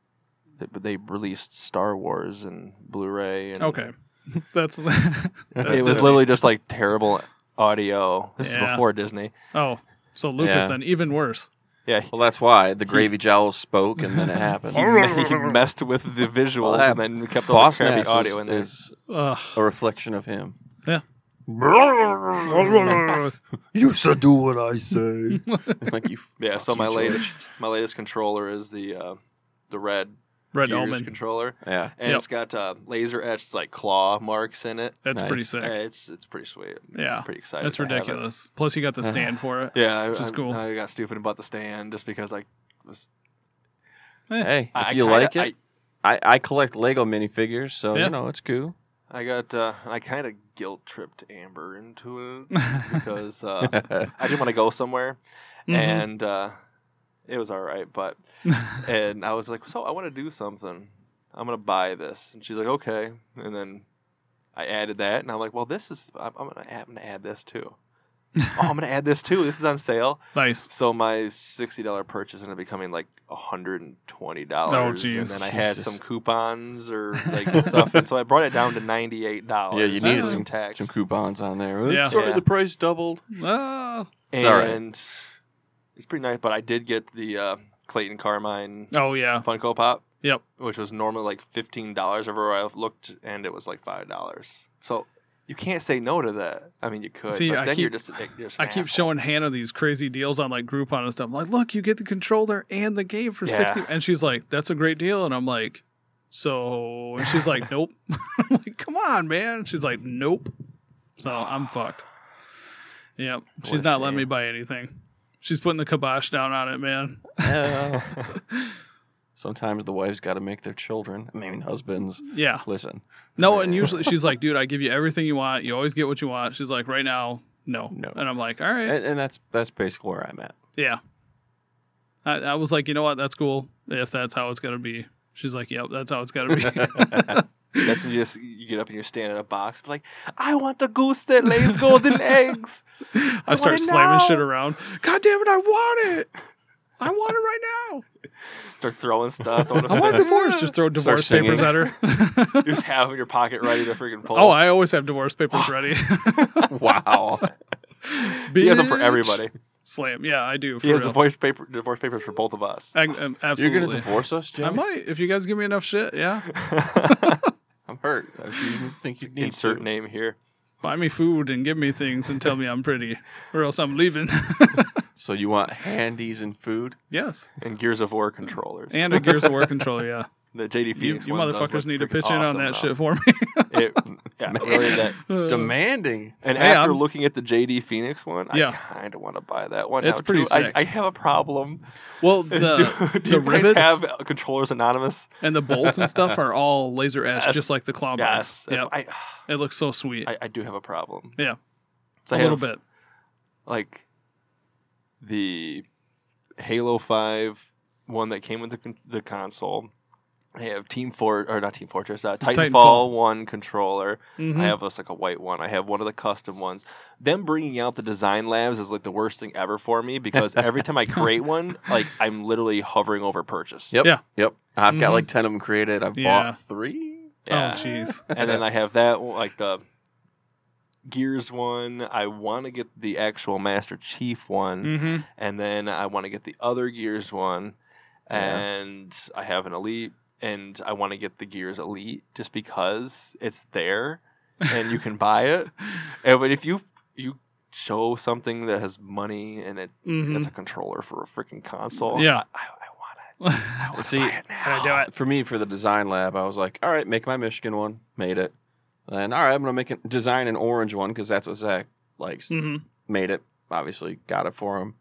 th- they released Star Wars and Blu-ray. And Okay, that's it was Disney. literally just like terrible audio. This is Yeah. before Disney. oh, so Lucas Yeah. then even worse. Yeah, well, that's why the gravy jowls spoke, and then it happened. he, me- he messed with the visuals that and then kept all the Boss crappy Nass audio is, in there. is Ugh. a reflection of him. Yeah. You should do what I say. like you, yeah, so fuck my you, George. latest my latest controller is the uh, the red Red Gears Omen. controller, Yeah, and Yep. it's got uh, laser etched like claw marks in it. That's Nice. pretty Uh, sick. it's it's pretty sweet. I'm Yeah, pretty excited. that's to have it. ridiculous. Plus, you got the stand for it. Yeah, I, Which is I- cool. I got stupid and bought the stand just because I was. Hey, if I, you I kinda- like it, I, I, collect Lego minifigures, so Yeah. you know it's cool. I, I got. Uh, I kind of guilt tripped Amber into it because uh, I didn't want to go somewhere, Mhm. and uh, it was all right. But Mm-hmm. and I was like, so I want to do something. I'm gonna buy this, and she's like, okay. And then I added that, and I'm like, well, this is. I'm, I'm gonna. add- I'm gonna add this too. oh, I'm gonna add this too. This is on sale. nice. So my sixty dollar purchase ended up becoming like hundred and twenty dollars. and jeez. then I had Jesus. some coupons or like stuff, and so I brought it down to ninety eight dollars. Yeah, you needed some- tax. Some coupons on there. Oops, Yeah. Sorry, Yeah. the price doubled. Ah. and all right. it's pretty nice. But I did get the uh, Clayton Carmine oh yeah. Funko Pop, Yep. which was normally like fifteen dollars everywhere I looked, and it was like five dollars. So you can't say no to that. I mean, you could, See, but I then you're keep- just, you're just an I keep asshole. showing Hannah these crazy deals on like Groupon and stuff. I'm like, look, you get the controller and the game for Yeah. sixty, and she's like, "That's a great deal," and I'm like, "So," and she's like, "Nope." I'm like, "Come on, man." And she's like, "Nope." So I'm fucked. Yep, What she's a not letting me shame. buy anything. She's putting the kibosh down on it, man. Sometimes the wives got to make their children, I mean husbands, Yeah, listen. no, and usually she's like, "Dude, I give you everything you want. You always get what you want." She's like, "Right now, no." No. And I'm like, "All right, And, and that's that's basically where I'm at. Yeah. I, I was like, you know what? That's cool if that's how it's going to be. She's like, yep, that's how it's going to be. That's when you just you get up and you stand in a box, but like, I want a goose that lays golden eggs. I start wanna slamming know. shit around. God damn it, I want it. I want it right now. Start throwing stuff. Throwing a I want a fit. divorce. Just throw divorce singing. papers at her. You just have in your pocket ready to freaking pull. oh, I always have divorce papers ready. Wow. he has them for Bitch. everybody. Slam. Yeah, I do. For He has real. divorce paper, divorce papers for both of us. I, um, You're absolutely. going to divorce us, Jim? I might if you guys give me enough shit. Yeah. I'm hurt. I shouldn't think you need Insert to. name here. buy me food and give me things and tell me I'm pretty, or else I'm leaving. So you want handies and food? yes, and Gears of War controllers. and a Gears of War controller. Yeah, the JD you, Phoenix you one does motherfuckers look need to freaking pitch in on awesome, that though. shit for me. It, yeah, really that. Uh, Demanding. And Hey, after I'm- looking at the JD Phoenix one, Yeah. I kind of want to buy that one. It's now, pretty too. I- sick. I, have a problem. well, do, the do the you guys rivets have uh, controllers anonymous? and the bolts and stuff are all laser etched, Yes. just like the claw Yes, bars. that's- Yep. it looks so sweet. I, I I do have a problem. Yeah. so a I little have, bit. like the Halo Five one that came with the con- the console. I have Team Fort or not Team Fortress, uh, Titanfall, Titanfall. one controller. Mhm. I have this like a white one. I have one of the custom ones. Them bringing out the design labs is like the worst thing ever for me because every time I create one, like I'm literally hovering over purchase. Yep. Yeah. Yep. I've got Mhm. like 10 of them created. I've Yeah. bought three. Yeah. Oh, jeez. and then I have that one, like the Gears one. I want to get the actual Master Chief one, hmm and then I want to get the other Gears one, Yeah. and I have an Elite, and I want to get the Gears Elite just because it's there and you can buy it. And but if you you show something that has money and it Mhm. it's a controller for a freaking console, Yeah. I, I Can want to See, buy it now. I do it? for me, for the design lab, I was like, all right, make my Michigan one. Made it. And all right, I'm going to make it, design an orange one because that's what Zach likes. hmm Made it. Obviously, got it for him.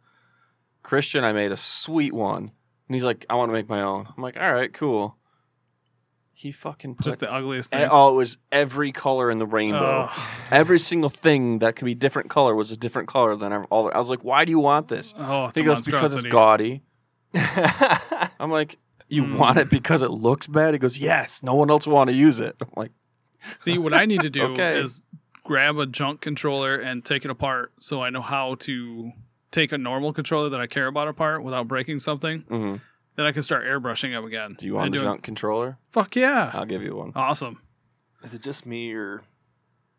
Christian, I made a sweet one. And he's like, I want to make my own. I'm like, all right, cool. He fucking put Just the ugliest E- thing. Oh, it was every color in the rainbow. Oh. Every single thing that could be different color was a different color than ev- all. I was like, why do you want this? Oh, it's He a goes because it's monstrosity. gaudy. I I'm like, you Mm. want it because it looks bad. He goes, yes. No one else will want to use it. I'm like, See, what I need to do Okay. is grab a junk controller and take it apart so I know how to take a normal controller that I care about apart without breaking something. mhm. Then I can start airbrushing them again. do you And want a doing- junk controller? Fuck yeah. I'll give you one. Awesome. Is it just me or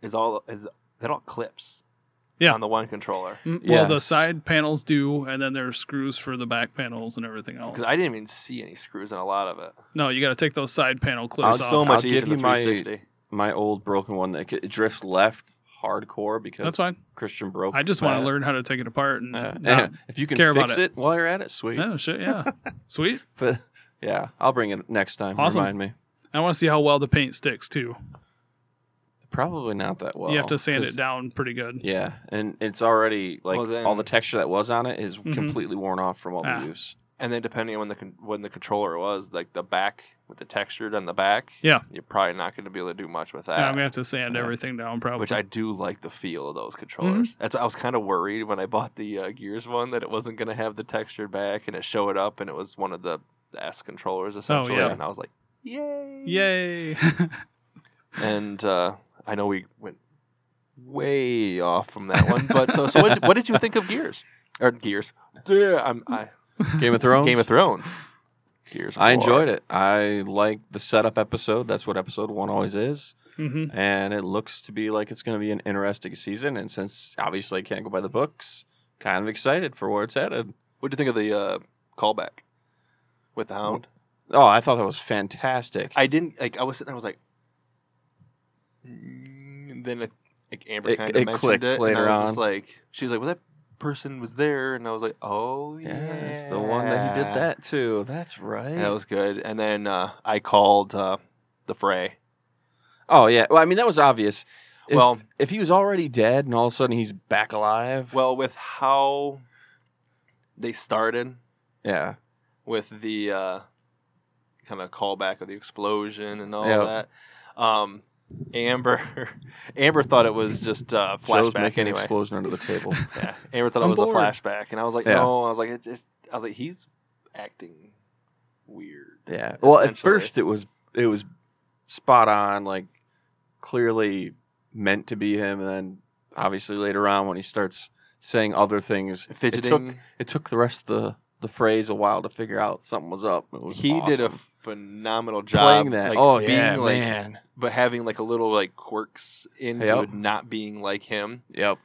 is all is that all clips? Yeah. on the one controller. Mm, Well, the Yes. side panels do, and then there's screws for the back panels and everything else. Because I didn't even see any screws in a lot of it. no, you got to take those side panel It clips was off. so much I'll easier give than you my- 360. My old broken one that it drifts left hardcore because That's fine. Christian broke. I just want that. Uh, to learn how to take it apart and Yeah. not- if you can care about fix it. it. while you're at it, sweet. Oh shit, yeah. Sweet. But yeah, I'll bring it next time. Awesome. Remind me. I want to see how well the paint sticks too. Probably not that well. you have to sand 'cause- it down pretty good. Yeah, and it's already like Well, then- all the texture that was on it is Mhm. completely worn off from all the Ah. use. And then depending on when the con- when the controller was, like the back with the textured on the back, Yeah. you're probably not going to be able to do much with that. Yeah, I'm gonna have to sand yeah. everything down probably. which I do like the feel of those controllers. Mm-hmm. That's why I was kind of worried when I bought the uh, Gears one that it wasn't going to have the textured back, and it showed up, and it was one of the, the S controllers essentially. Oh, yeah. And I was like, yay, Yay. And uh, I know we went way off from that one, but so so what, did- what did you think of Gears or Gears? Yeah, I'm, I, Game of Thrones. Game of Thrones. Gears. I enjoyed it. I like the setup episode. That's what episode one always is, hmm and it looks to be like it's going to be an interesting season. And since obviously I can't go by the books, kind of excited for where it's headed. What do you think of the uh, callback with the Hound? Oh, I thought that was fantastic. I didn't like. I was sitting. there, I was like, "Mm," and then like Amber It- kind of it mentioned clicked it, later and I was Just on. like she was like, "Well, that person was there," and I was like, "Oh yeah, yes, the one that he did that to. That's right. That was good. And then uh, I called uh, the fray. oh yeah. Well, I mean that was obvious. If- Well- if he was already dead and all of a sudden he's back alive, Well, with how they started yeah. with the uh, kind of callback of the explosion and all Yeah. that. Um, Amber, Amber thought it was just uh, Joe's flashback making an anyway. explosion under the table. Yeah, Amber thought it I'm was bored. a flashback, and I was like, Yeah. no. I was like, it, it, I was like, he's acting weird. yeah. Well, at Essentially. first it was it was spot on, like clearly meant to be him, and then obviously later on when he starts saying other things, It took, Fidgeting. it took the rest of the the phrase a while to figure out something was up. It was he did a awesome. phenomenal job playing that. like, oh being, yeah, like, man. but having like a little like quirks into Yep. it not being like him, Yep.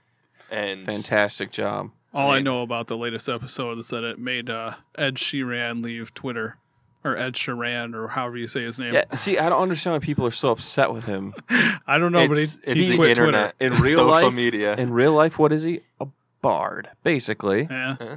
and Fantastic job. All I Man. know about the latest episode is that it made uh, Ed Sheeran leave Twitter or Ed Sheeran or however you say his name. Yeah, see, I don't understand why people are so upset with him. I don't know, it's, but it's he, he the quit internet In It's real social life- media. In real life, what is he? A bard, basically. Twitter. Yeah.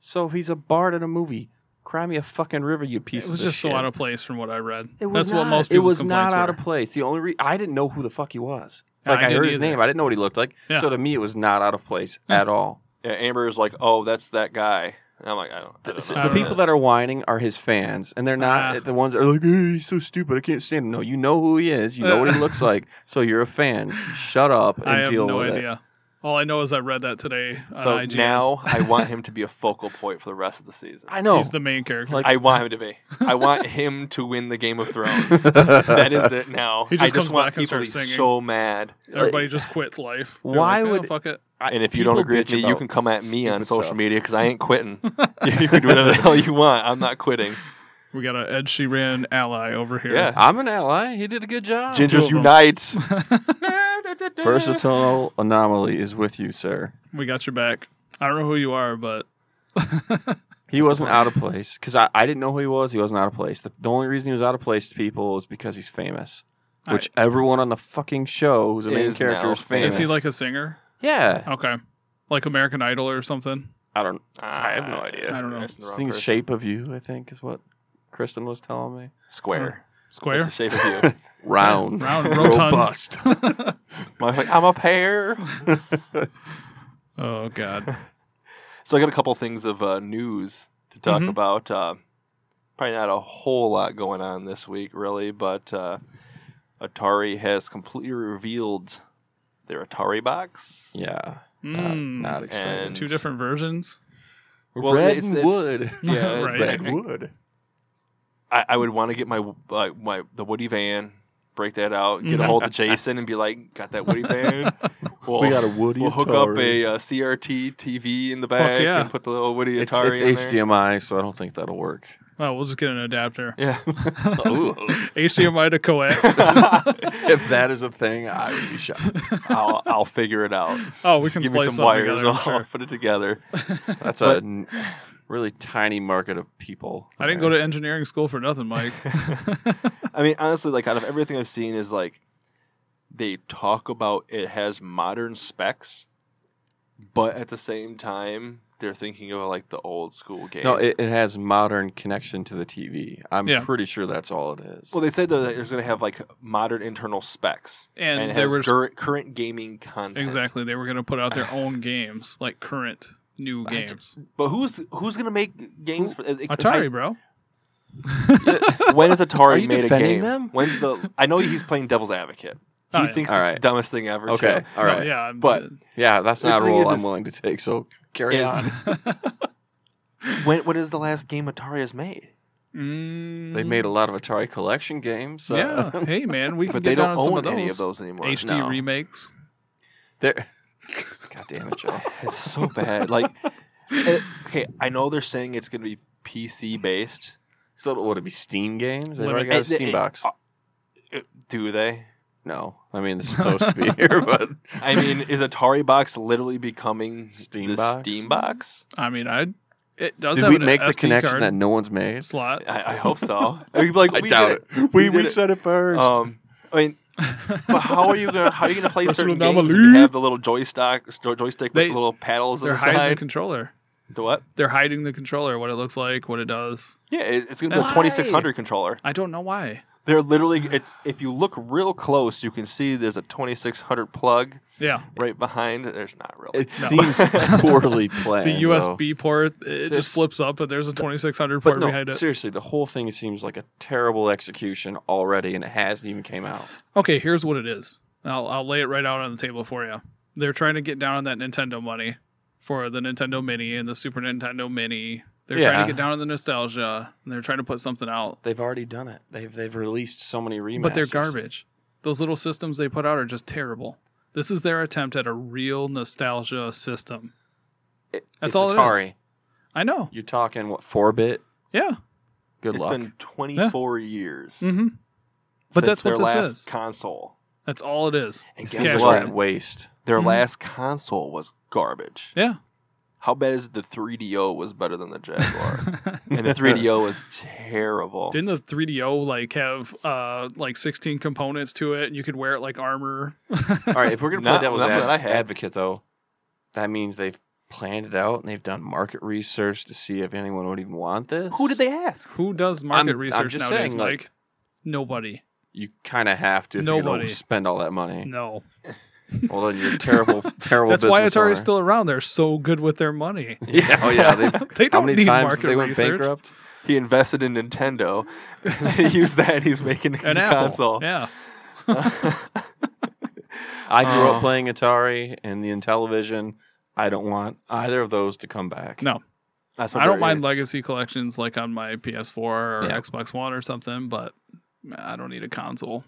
So if he's a bard in a movie, cry me a fucking river, you piece It of was just shit. a lot of place from what I read. It was That's not, what most It people's was complaints not out were. of place. The only re- I didn't know who the fuck he was. Yeah, Like I I, heard didn't his either. name, I didn't know what he looked like. Yeah. So to me, it was not out of place Yeah. at all. Yeah, Amber is like, oh, that's that guy. And I'm like, I don't. I The, don't so know the who people is. that are whining are his fans, and they're not Ah. the ones that are like, "Eh, "He's so stupid, I can't stand him." No, you know who he is, you know what he looks like, so you're a fan. Shut up and I have deal no with idea. All I know is I read that today on So IGN. now I want him to be a focal point for the rest of the season. it. I know. he's the main character. Like- I want him to be. I want him to win the Game of Thrones. that is it now. He just I just comes want back and people to be starts singing. so mad. Everybody just quits life. They're Why like, "Oh, would- fuck it? I- And if you don't people agree with bitch me, you about can come at me on stupid social stuff. media because I ain't quitting. you can do whatever the hell you want. I'm not quitting. We got a Ed Sheeran ally over here. Yeah. I'm an ally. He did a good job. two of Gingers 'em. unite. Versatile anomaly is with you, sir. we got your back. I don't know who you are, but He wasn't out of place because I, I didn't know who he was. He wasn't out of place. The, the only reason he was out of place to people is because he's famous, I- which everyone on the fucking show who's a main Is character now is famous. is he like a singer? yeah? Okay, like American Idol or something. I don't. Ah, I have no idea. I don't know. That's the This wrong thing's person. shape of you. I think is what Kristen was telling me. Square. It's Square. the shape of you. Round, Round, rotund. robust. Mine's like, I'm a pear. Oh God. So I got a couple things of uh, news to talk Mm-hmm. Mhm. about. Uh, probably not a whole lot going on this week, really, but uh, Atari has completely revealed their Atari box. yeah, not, Mm. not exciting. And- Two different versions. Well, red it's- and it's- wood. Yeah, it's Right. like- Red wood. I, I would want to get my uh, my the Woody van, break that out, get a hold of Jason, and be like, "Got that Woody van? We'll, We got a woody. we'll hook up Atari. a uh, CRT TV in the back yeah. and put the little Woody It's, Atari it's in there." HDMI, so I don't think that'll work. Oh, we'll just get an adapter. Yeah, HDMI to coax. if that is a thing, I would be shocked. I'll I'll figure it out. Oh, we Just can give splice me some something wires. together, I'm I'll sure. put it together. That's But- a n- really tiny market of people. I didn't go to engineering school for nothing, Mike. I mean, honestly, like out of everything I've seen, is like they talk about it has modern specs, but at the same time, they're thinking of like the old school game. No, it, it has modern connection to the TV. I'm Yeah. pretty sure that's all it is. well, they said that it was going to have like modern internal specs And it there has was- cur- current gaming content. Exactly. They were going to put out their own games, like current new I d- games. But who's who's going to make games for it, Atari, bro. I- when has Atari Are you made a defending game? them? When's the? I know he's playing devil's advocate. He Oh, yeah. thinks All it's the right. dumbest thing ever. okay, too. all right. yeah. Yeah, I'm- But- that's The not a thing role is- I'm is- willing to take. So carry is- on. When when is the last game Atari has made? Mm, They made a lot of Atari collection games. So yeah. Hey, man, we can But get they down don't on some own of those. any of those anymore. HD remakes. they're- God damn it, Joe. It's so bad. Like, it- okay, I know they're saying it's going to be PC based. So would it be Steam games? They Limit- already got a It- it- Steam box. it- Do they? No, I mean it's supposed to be here, but I mean, is Atari Box literally becoming Steam the box? Steam Box? I mean, I it does did have we an make the SD connection card that no one's made? slot. I, I hope so. I'd be like, I we doubt did it. We did we it. said it first. Um, I mean, but how are you gonna how are you gonna play Personal certain games? If you anomaly. have the little joystick, sto- joystick They- with the little paddles on They're the hiding the side. controller. The what? They're hiding the controller, what it looks like, what it does. Yeah, it, it's gonna be a Why? 2600 controller. I don't know why. They're literally, it, if you look real close, you can see there's a 2600 plug Yeah. right behind. There's not really. it seems poorly planned. The though. USB port, it There's- just flips up, but there's a 2600 But port no, behind it. seriously, the whole thing seems like a terrible execution already, and it hasn't even came out. Okay, here's what it is. I'll, I'll lay it right out on the table for you. They're trying to get down on that Nintendo money for the Nintendo Mini and the Super Nintendo Mini. They're trying Yeah. to get down on the nostalgia and they're trying to put something out. They've already done it. They've they've released so many remasters. But they're garbage. Those little systems they put out are just terrible. This is their attempt at a real nostalgia system. It- That's it's all it is. Atari. I know. You're talking what four bit? Yeah. Good It's luck. been 24 years. hmm since But that's their what this last is. console. That's all it is. And It It's guess seems cash what? like waste. Their Mhm. last console was garbage. Mm-hmm. Yeah. How bad is it the 3DO was better than the Jaguar? and the 3DO was terrible. Didn't the 3DO like have uh like 16 components to it and you could wear it like armor? All right, if we're gonna play Not- devil's not ad- that I had. advocate, though, that means they've planned it out and they've done market research to see if anyone would even want this. Who did they ask? Who does market I'm- I'm research just nowadays, saying, Mike? like- Nobody. You kind of have to. If you Nobody. don't spend all that money. No. Well, then you're a terrible, terrible. That's why business Atari's owner. still around. They're so good with their money. Yeah. Oh yeah. They've, They how don't many need times market they went research. bankrupt? He invested in Nintendo. he used that. and He's making a An new Apple. console. Yeah. I grew Uh. up playing Atari and the Intellivision. I don't want either of those to come back. No. That's what I don't there mind is. legacy collections like on my PS4 or Yeah. Xbox One or something, but I don't need a console.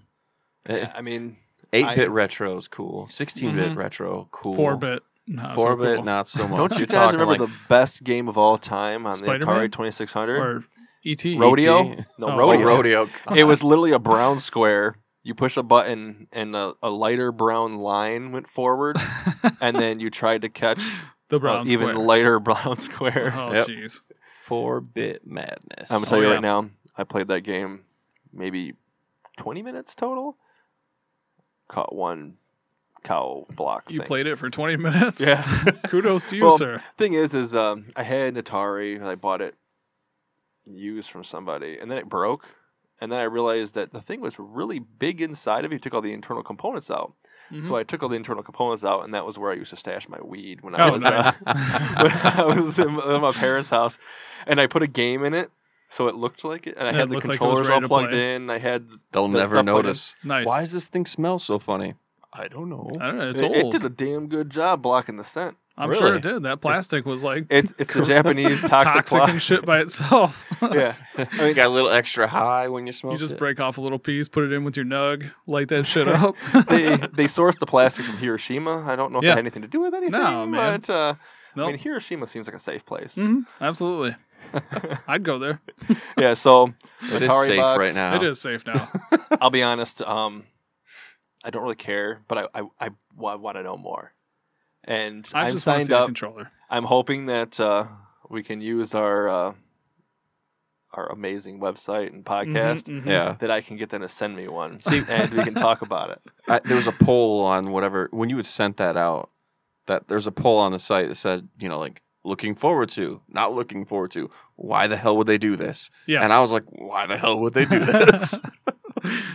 Yeah, Eh, I mean, Eight bit Eh, retro is cool. Sixteen bit retro cool. Four bit. not so Four bit cool. not so much. don't you You're guys talking remember like the best game of all time on the Spider-Man? Atari 2600? Or E ET. Rodeo? ET? No, Oh, rodeo. Oh, rodeo. It was literally a brown square. You push a button, and a, a lighter brown line went forward, and then you tried to catch The a Brown even Square. lighter brown square. Oh, Yep. jeez. Four bit madness. I'm gonna tell Oh, you yeah. right now, I played that game maybe 20 minutes total. Caught one cow block. You thing. played it for 20 minutes? Yeah. Kudos to you, Well, sir. Thing is, is um, I had an Atari. and I bought it used from somebody, and then it broke. And then I realized that the thing was really big inside of it. You took all the internal components out, Mm-hmm. so I took all the internal components out, and that was where I used to stash my weed when I Oh, was nice. uh, when I was in, in my parents' house. And I put a game in it, so it looked like it. And I Yeah, it had the looked like it was controllers ready all to plugged play. in. I had They'll that never stuff plugged in. notice. Nice. Why does this thing smell so funny? I don't know. I don't know. It's it, it old. did a damn good job blocking the scent. I'm sure Really? it did. That plastic was like It's it's the Japanese toxic, toxic and plastic. shit by itself. Yeah, I mean, got a little extra high when you smoke. you just it. break off a little piece, put it in with your nug, light that shit up. they they sourced the plastic from Hiroshima. I don't know if Yeah. that had anything to do with anything, No, man. but uh, Nope. I mean Hiroshima seems like a safe place. Mhm, absolutely. I'd go there. Yeah, so It is Atari safe box. right now. It is safe now. I'll be honest, um, I don't really care, but I I, I, want to know more, and I I'm just want signed to see the up. controller. I'm hoping that uh, we can use our uh, our amazing website and podcast. Mhm, mhm. Yeah. That I can get them to send me one, and we can talk about it. I, there was a poll on whatever when you had sent that out. That there's a poll on the site that said, you know, like looking forward to, not looking forward to. Why the hell would they do this? Yeah. And I was like, why the hell would they do this?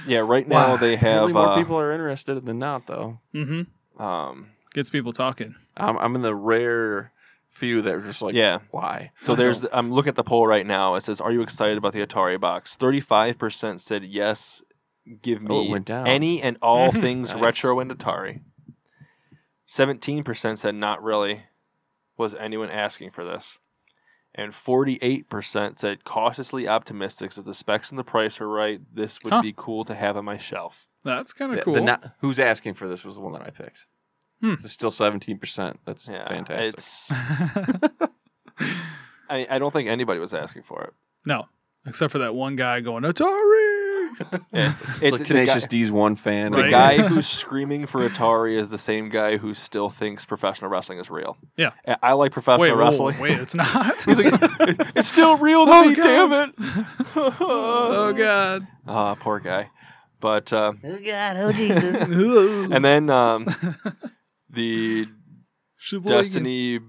Yeah, right now they have Really more uh, people are interested than not, though. hmm Um, Gets people talking. I'm, I'm in the rare few that are just like, Yeah. why? So there's I'm looking at the poll right now. It says, "Are you excited about the Atari box?" Thirty five percent said yes. Give me Oh, it went down. any and all Mhm. things Nice. retro and Atari. Seventeen percent said not really. Was anyone asking for this? And forty eight percent said cautiously optimistic. So if the specs and the price are right, this would Huh. be cool to have on my shelf. That's kind The- of the cool. not- who's asking for this was the one that I picked. Hmm. It's still 17%. That's Yeah, fantastic. It's, I, I don't think anybody was asking for it. no, except for that one guy going Atari. It's It- like the Tenacious guy- D's one fan. The Right. guy who's screaming for Atari is the same guy who still thinks professional wrestling is real. Yeah. I- I like professional wait, whoa, wrestling. wait, it's not. it's still real to Oh, me, God. damn it. oh god. Ah, poor guy. But uh, Oh God! Oh Jesus! and and then um, the Destiny Destiny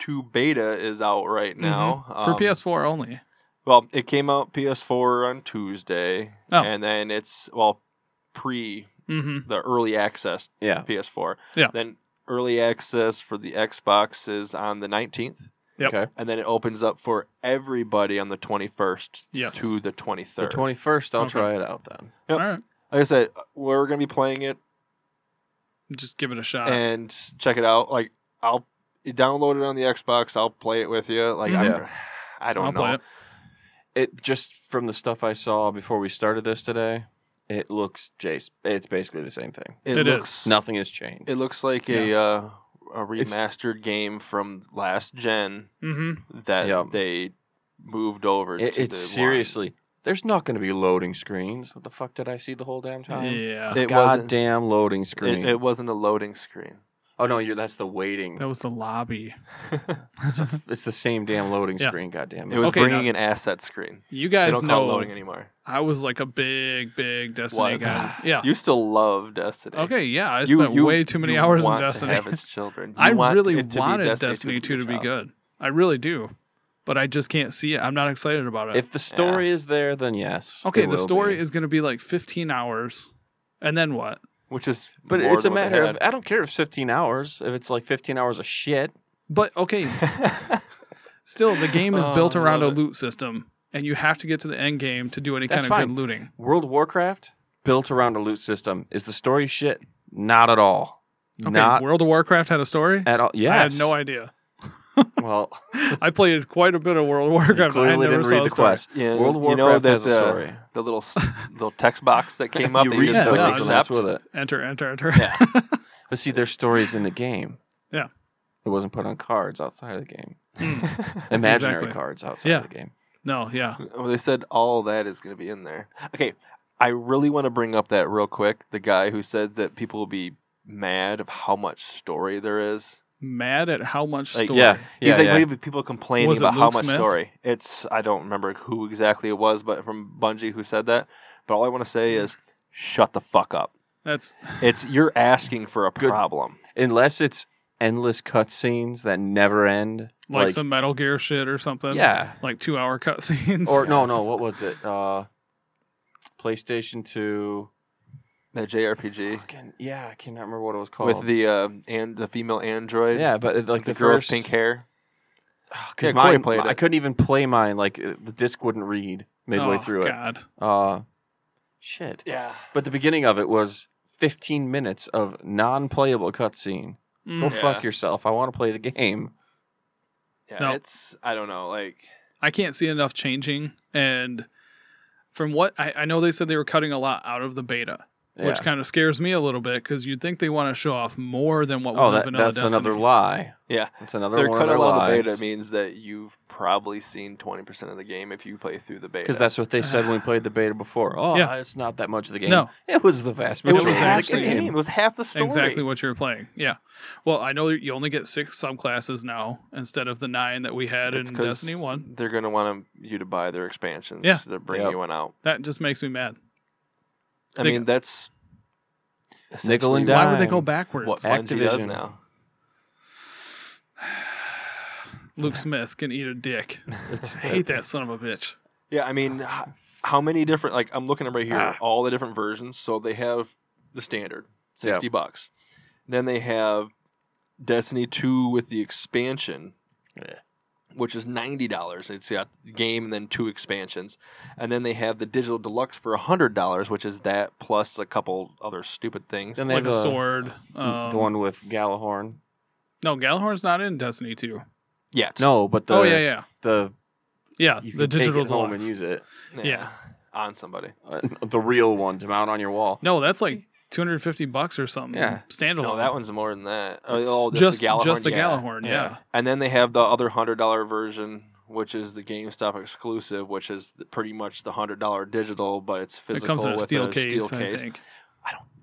Two Beta is out right now Mm-hmm. for Um, PS4 only. Well, it came out PS4 on Tuesday, Oh. and then it's well pre hmm the early access Yeah. PS4. Yeah. Then early access for the Xbox is on the 19th, Yep. Okay. and then it opens up for everybody on the 21st Yes. to the The 23rd. 21st, I'll Okay. try it out then. All Yep. right, like I said, we're gonna be playing it just give it a shot. and check it out. Like I'll download it on the Xbox. I'll play it with you. Like I'm, Yeah. I don't I'll know. play it. It just from the stuff I saw before we started this today, it looks Jace. It's basically the same thing. It is. looks Nothing has changed. It looks like a uh, a remastered game from last gen hmm that Yeah. they moved over. It- to it's the line. seriously. There's not going to be loading screens. What the fuck did I see the whole damn time? Yeah. It wasn't- Goddamn loading screen. It, it wasn't a loading screen. Oh no, you're that's the waiting. That was the lobby. It's the same damn loading Yeah. screen. Goddamn It was Okay, bringing an asset screen. You They guys don't call it know loading anymore. I was like a big, big Destiny Was. guy. Yeah. You still love Destiny. okay. Yeah. I you, spent you- way too many you hours in want to Destiny. have its children. I You want really it to be wanted Destiny 2 your to be child. good. I really do. But I just can't see it. I'm not excited about it. If the story is there, then yes. okay, it the will story be. is going to be like 15 hours. And then what? Which is, But more it's a than what they matter of had. I don't care if it's 15 hours. If it's like 15 hours of shit, But okay, still, the game is Oh, built I around a love it. loot system. And you have to get to the end game to do any That's kind of fine. good looting. World of Warcraft built around a loot system. Is the story shit? Not at all. Okay, Not World of Warcraft had a Uh, story? at all. Yes. I had no idea. Well, I played quite a bit of World of Warcraft. but I clearly never didn't saw read a the story. quest. Yeah, World of you Warcraft know has that, a uh, story. the little s- little text box that came up. you that read just it, the click yeah, and that's accept. with it. Enter, enter, enter. Yeah. But see, their story is in the game. Yeah. It wasn't put on cards outside of the game. Mm. Imaginary Exactly. cards outside Yeah. of the game. No, yeah. Well, they said all that is going to be in there. Okay, I really want to bring up that real quick. The guy who said that people will be mad of how much story there is. Mad at how much Like, story. Yeah. Yeah. He's like yeah. "Maybe people complaining Was it about how Luke much Smith? story. It's I don't remember who exactly it was, but from Bungie who said that. But all I want to say is shut the fuck up. That's It's you're asking for a Good. problem. Unless it's endless cutscenes that never end. like, some Metal Gear shit or something. Yeah. Like two hour cutscenes. Or no, Yes. no, what was it? Uh PlayStation 2. The JRPG Fucking, yeah, I cannot remember what it was called. with the uh, and the female android. yeah, but it, like the, the, girl first with pink hair. Because Yeah, Corey mine played I it. couldn't even play mine. Like it- the disc wouldn't read midway Oh, through God. it. Uh, shit. Yeah. But the beginning of it was 15 minutes of non-playable cutscene. Go Mm. Yeah. fuck yourself. I want to play the game. Yeah, No. it's I don't know, like I can't see enough changing. And from what I, I know, they said they were cutting a lot out of the beta, Yeah. which kind of scares me a little bit because you'd think they want to show off more than what was oh, in that, Vanilla that's Destiny. another lie. Yeah. That's another they're one of cut a their lot of lies. the beta means that you've probably seen twenty percent of the game if you play through the beta. Because that's what they said when we played the beta before. Oh, Yeah. it's not that much of the game. No. It was the vast it was, majority was of half the the actually- game. It game. was half the story. Exactly what you're playing. Yeah. Well, I know you only get six subclasses now instead of the nine that we had It's in 'cause Destiny 1. They're gonna want 'em- you to buy their expansions. Yeah. they're bringing Yep. you one out. That just makes me mad. I They- mean, that's Nickel and essentially Why would they Dime. go backwards? What Bungie does Activision. now? Luke Smith can eat a dick. It's- I hate that son of a bitch. Yeah, I mean, h- how many different? Like, I'm looking at right here, Ah. all the different versions. So they have the standard, Yeah. sixty bucks. Then they have Destiny Two with the expansion, Yeah. which is ninety dollars. It's got the game and then two expansions, and then they have the digital deluxe for hundred dollars, which is that plus a couple other stupid things. Then they Like have a the- sword. Um, the one with Galahorn. No, Galahorn's not in Destiny 2. Yet, No, but the oh, yeah, yeah. the Yeah, you the can take digital it home deluxe. and use it. yeah. on somebody. Uh, the real one to mount on your wall. No, that's like 250 bucks or something. Yeah. Standalone. No, that one's more than that. Oh, It's Oh, just, just the Galahorn. just the yeah. Galahorn, yeah. Yeah. And then they have the other hundred dollar version, which is the GameStop exclusive, which is the, pretty much the hundred dollar digital, but it's It physical comes in a with steel a case, steel I case. think.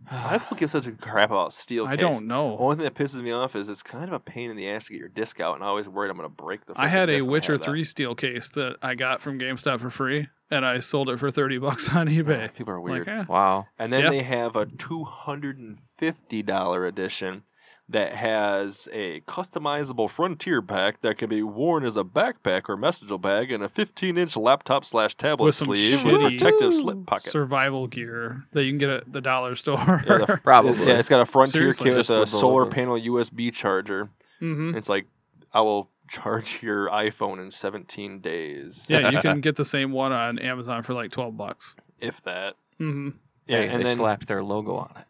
Why do people give such a crap about steel? I case? don't know. The only thing that pisses me off is it's kind of a pain in the ass to get your disc out, and I always worried I'm going to break the. I freaking had a disc when I Witcher have that. 3 steel case that I got from GameStop for free, and I sold it for 30 bucks on Yeah, eBay. People are Like, Oh, weird. eh. Wow. And then Yeah. they have a two hundred and fifty dollar edition that has a customizable frontier pack that can be worn as a backpack or messaging bag and a fifteen inch laptop slash tablet With some sleeve with a shitty protective slip pocket. Survival gear that you can get at the dollar store. Yeah, the- Probably. Yeah, it's got a frontier Seriously. kit with Just with a the solar logo. panel USB charger. hmm It's like I will charge your iPhone in seventeen days. yeah, you can get the same one on Amazon for like 12 bucks. If that. hmm Yeah, Hey, and they then slapped their logo on it.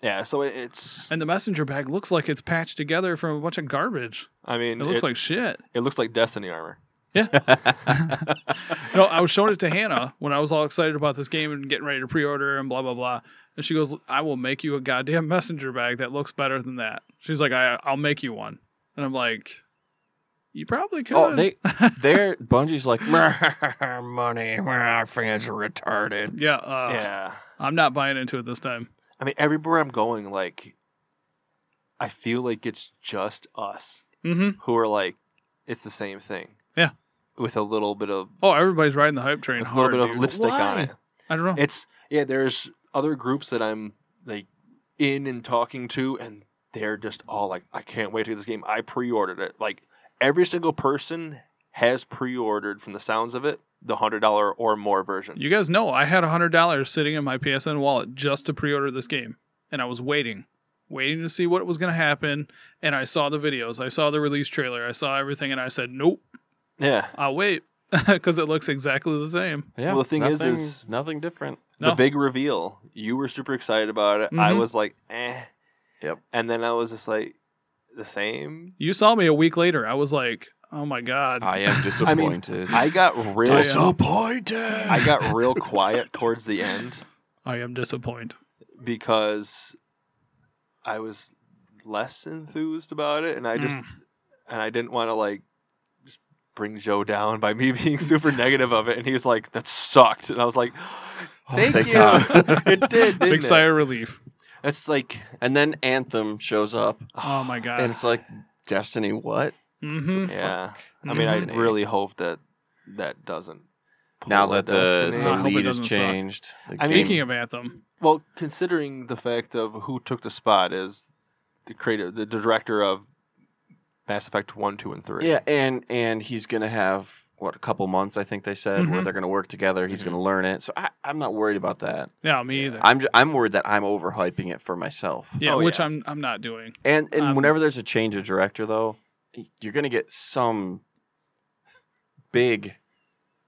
yeah, so it, it's. And the messenger bag looks like it's patched together from a bunch of garbage. I mean, It looks like shit. it looks like Destiny armor. No, I was showing it to Hannah when I was all excited about this game and getting ready to pre-order and blah blah blah. And she goes, "I will make you a goddamn messenger bag that looks better than that." She's like, I, "I'll make you one," and I'm like, "You probably could." Oh, they they're Bungie's like "Meh, money. meh, Our fans are retarded. yeah, uh, yeah. I'm not buying into it this time. I mean, everywhere I'm going, like, I feel like it's just us Mm-hmm. who are like, it's the same thing. Yeah. With a little bit of Oh, everybody's riding the hype train with a hard. little bit dude. of lipstick on Why? it. I don't know. It's yeah. There's other groups that I'm like in and talking to, and they're just all like, "I can't wait to get this game. I pre-ordered it." Like every single person has pre-ordered, from the sounds of it, the hundred dollar or more version. You guys know I had hundred dollars sitting in my PSN wallet just to pre-order this game, and I was waiting, waiting to see what was going to happen. And I saw the videos, I saw the release trailer, I saw everything, and I said, "Nope, yeah. I'll wait," because it looks exactly the same. Yeah. Well, the thing is- nothing- is- nothing different. The No. big reveal. You were super excited about it. I Mhm. was like, "Eh." Yep. And then I was just like, "The same." You saw me a week later. I was like, "Oh my god." I am disappointed. I got real. disappointed. I got real quiet towards the end. I am disappointed. because I was less enthused about it, and I just and I didn't want to like just bring Joe down by me being super negative of it. And he was like, "That sucked," and I was like, "Thank, Oh, thank you, God. it did." Didn't Big it? sigh of relief. That's like and then Anthem shows up, Oh my god. and it's like Destiny. What? mm-hmm. yeah. I Fuck. mean, I Destiny. really hope that that doesn't. pull now a that the, Destiny. the I hope it lead is doesn't suck. changed. the I mean- game- Speaking of Anthem, well, considering the fact of who took the spot as the creator, the director of Mass Effect One, Two, and Three. yeah, and and he's gonna have what a couple months, I think they said, where Mhm. they're gonna work together. He's gonna learn it. So I, I'm not worried about that. yeah, me Mm-hmm. either. I'm ju- I'm worried that I'm overhyping it for myself. yeah, Oh, which yeah. I'm I'm not doing. And and Um, whenever there's a change of director, though, you're gonna get some big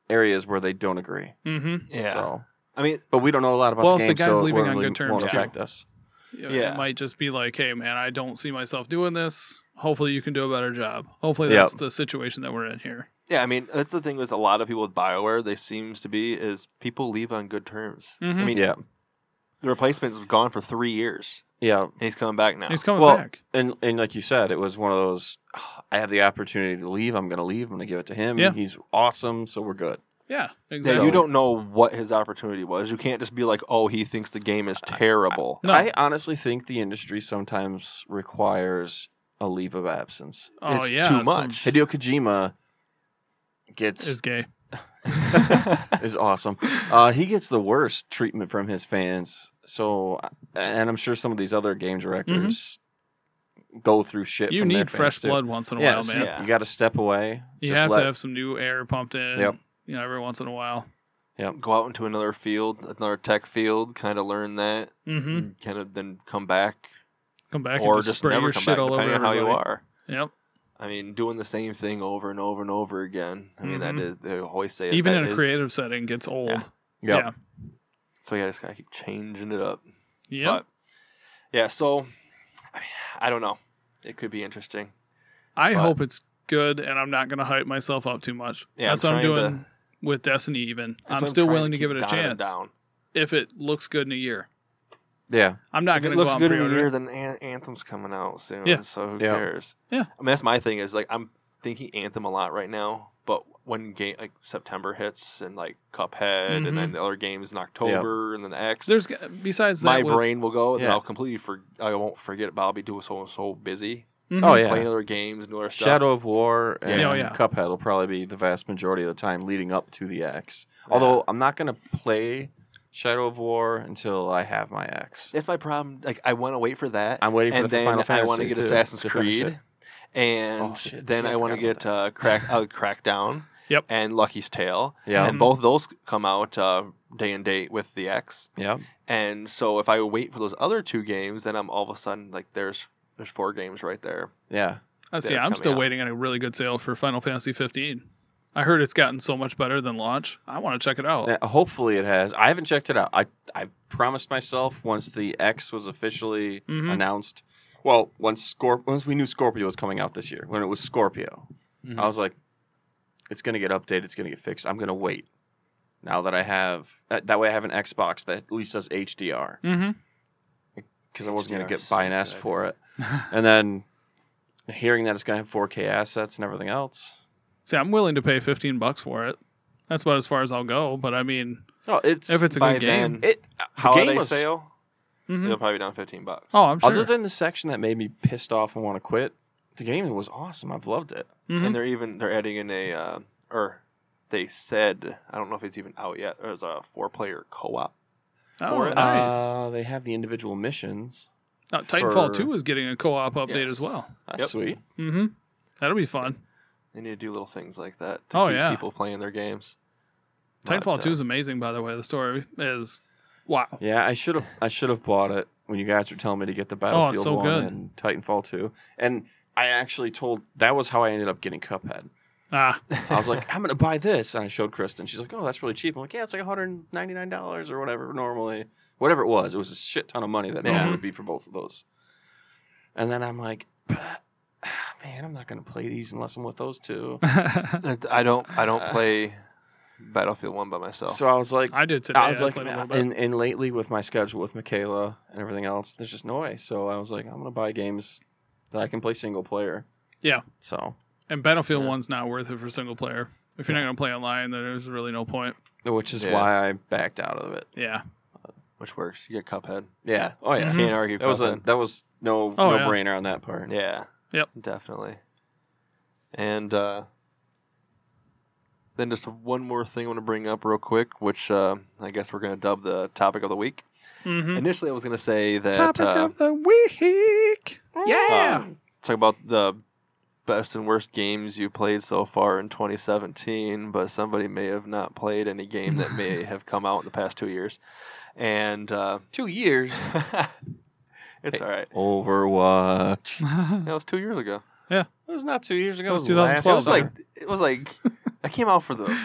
areas where they don't agree. Mm-hmm. yeah. So, I mean, but we don't know a lot about Well, the if game, the guy's so it leaving won't on really- good terms, won't too. affect us. Yeah, Yeah. It might just be like, hey, man, I don't see myself doing this. Hopefully, you can do a better job. Hopefully, Yep. that's the situation that we're in here. yeah, I mean, that's the thing with a lot of people with Bioware. They seems to be is people leave on good terms. I Mhm. mean, Yeah, the replacement's gone for three years, yeah. and he's coming back now. He's coming Well, back. And and like you said, it was one of those. "Ah, I have the opportunity to leave. I'm going to leave. I'm going to give it to him. Yeah. He's awesome, so we're good. Yeah, yeah, exactly. you don't know what his opportunity was. You can't just be like, "Oh, he thinks the game is terrible." No. I honestly think the industry sometimes requires a leave of absence. oh it's yeah, too some- much. Hideo Kojima gets Is gay. is awesome. Uh, he gets the worst treatment from his fans. So, and I'm sure some of these other game directors go through shit. Mm-hmm. You from their need fresh fans, too. blood once in a Yes, while, man. yeah. You got to step away. You Just have let- to have some new air pumped in. Yep. You know, every once in a while. Go out into another field, another tech field, kind of learn that, Mm-hmm. and kind of then come back, Come back or and just just spray never your come shit back, all over depending on how everybody. you are. Yep. I mean, doing the same thing over and over and over again. I mean, that Mhm. is they always say Even that in a is- creative setting, gets old. Yeah. Yep. Yeah. So yeah, just gotta keep changing it up. Yep. But yeah, so I mean, I don't know. It could be interesting. I But- hope it's good, and I'm not going to hype myself up too much. Yeah, that's what I'm trying to- doing with Destiny. Even that's I'm what still trying willing to give it keep a dialing chance Down. if it looks good in a year. Yeah. I'm not If it going to go looks out good and in a year, pre-order. it. then An- Anthem's coming out soon. Yeah. So who Yeah. cares? Yeah. I mean, that's my thing. Is like I'm thinking Anthem a lot right now, but when game like September hits and like Cuphead and then the other games in October and then X, Mm-hmm. There's g- besides that, my with- brain will go and then Yeah. I'll completely for I won't forget. But I'll be doing so so busy Mhm. Oh yeah. playing other games and other stuff. Shadow of War and Yeah. Oh, yeah. Cuphead will probably be the vast majority of the time leading up to the X. Although I'm not gonna play Shadow of War until I have my X. That's my problem. Like I want to wait for that. I'm waiting for and the then Final I Fantasy want to get too, Assassin's to finish Creed, it. and Oh, shit. then See, I I want to forgot get uh, crack uh, Crackdown. Yep. And Lucky's Tale. Yeah. And both those come out uh, day and date with the X. Yeah, And so if I wait for those other two games, then I'm all of a sudden like there's there's four games right there. yeah. I that see. are I'm coming still out. waiting on a really good sale for Final Fantasy 15. I heard it's gotten so much better than launch. I want to check it out. Uh, Hopefully it has. I haven't checked it out. I I promised myself once the X was officially Mhm. announced. Well, once Scorp- once we knew Scorpio was coming out this year, when it was Scorpio, Mm-hmm. I was like, it's gonna get updated. It's gonna get fixed. I'm gonna wait. Now that I have that, that way, I have an Xbox that at least does HDR. Mm-hmm. because I wasn't going HDR to is get buy an so S good. for it. Mm-hmm. and then hearing that it's going to have 4K assets and everything else. See, I'm willing to pay 15 bucks for it. That's about as far as I'll go. But I mean, No, oh, it's if it's a By good game, then, it. uh, Holiday game was- Mm-hmm. sale. Mhm. it'll probably be down 15 bucks. Oh, I'm sure. oh, Other than the section that made me pissed off and want to quit, the game was awesome. I've loved it. Mhm. and they're even they're adding in a uh, or they said I don't know if it's even out yet. There's a four player co op. oh, for it. nice. Uh, they have the individual missions. Now, Titanfall for- 2 is getting a co-op update Yes. as well. That's Yep. sweet. Mm-hmm. That'll be fun. They need to do little things like that to Oh, keep yeah. people playing their games. But, Titanfall 2 uh, is amazing, by the way. The story is wow. Yeah, I should have I should have bought it when you guys were telling me to get the Battlefield Oh, so one good. and Titanfall two. And I actually told that was how I ended up getting Cuphead. Ah, I was like, I'm gonna buy this, and I showed Kristen. She's like, Oh, that's really cheap. I'm like, Yeah, it's like 199 dollars or whatever normally, whatever it was. It was a shit ton of money that normally Yeah. would be for both of those. And then I'm like, "But, ah, man, I'm not gonna play these unless I'm with those two. I don't I don't play Battlefield One by myself. So I was like, I did today. I was like, played a little bit. and, and lately with my schedule with Michaela and everything else, there's just no way. So I was like, I'm gonna buy games that I can play single player. Yeah. So And Battlefield Yeah. One's not worth it for single player. If you're not going to play online, then there's really no point. which is Yeah. why I backed out of it. Yeah. which works. You get Cuphead. Yeah. Oh yeah. Mhm. Can't argue. That was a Cuphead. that was no Oh, no yeah. brainer on that part. yeah. Yep. Definitely. And uh, then just one more thing I want to bring up real quick, which uh, I guess we're going to dub the topic of the week. Mm-hmm. Initially, I was going to say that uh, the week. Yeah. talk about the best and worst games you played so far in 2017, but somebody may have not played any game that may have come out in the past two years. And uh, Two years. it's all Uh, right. Overwatch. That was two years ago. It was not two years ago. That was it last- 2012. it was like it was like that came out for the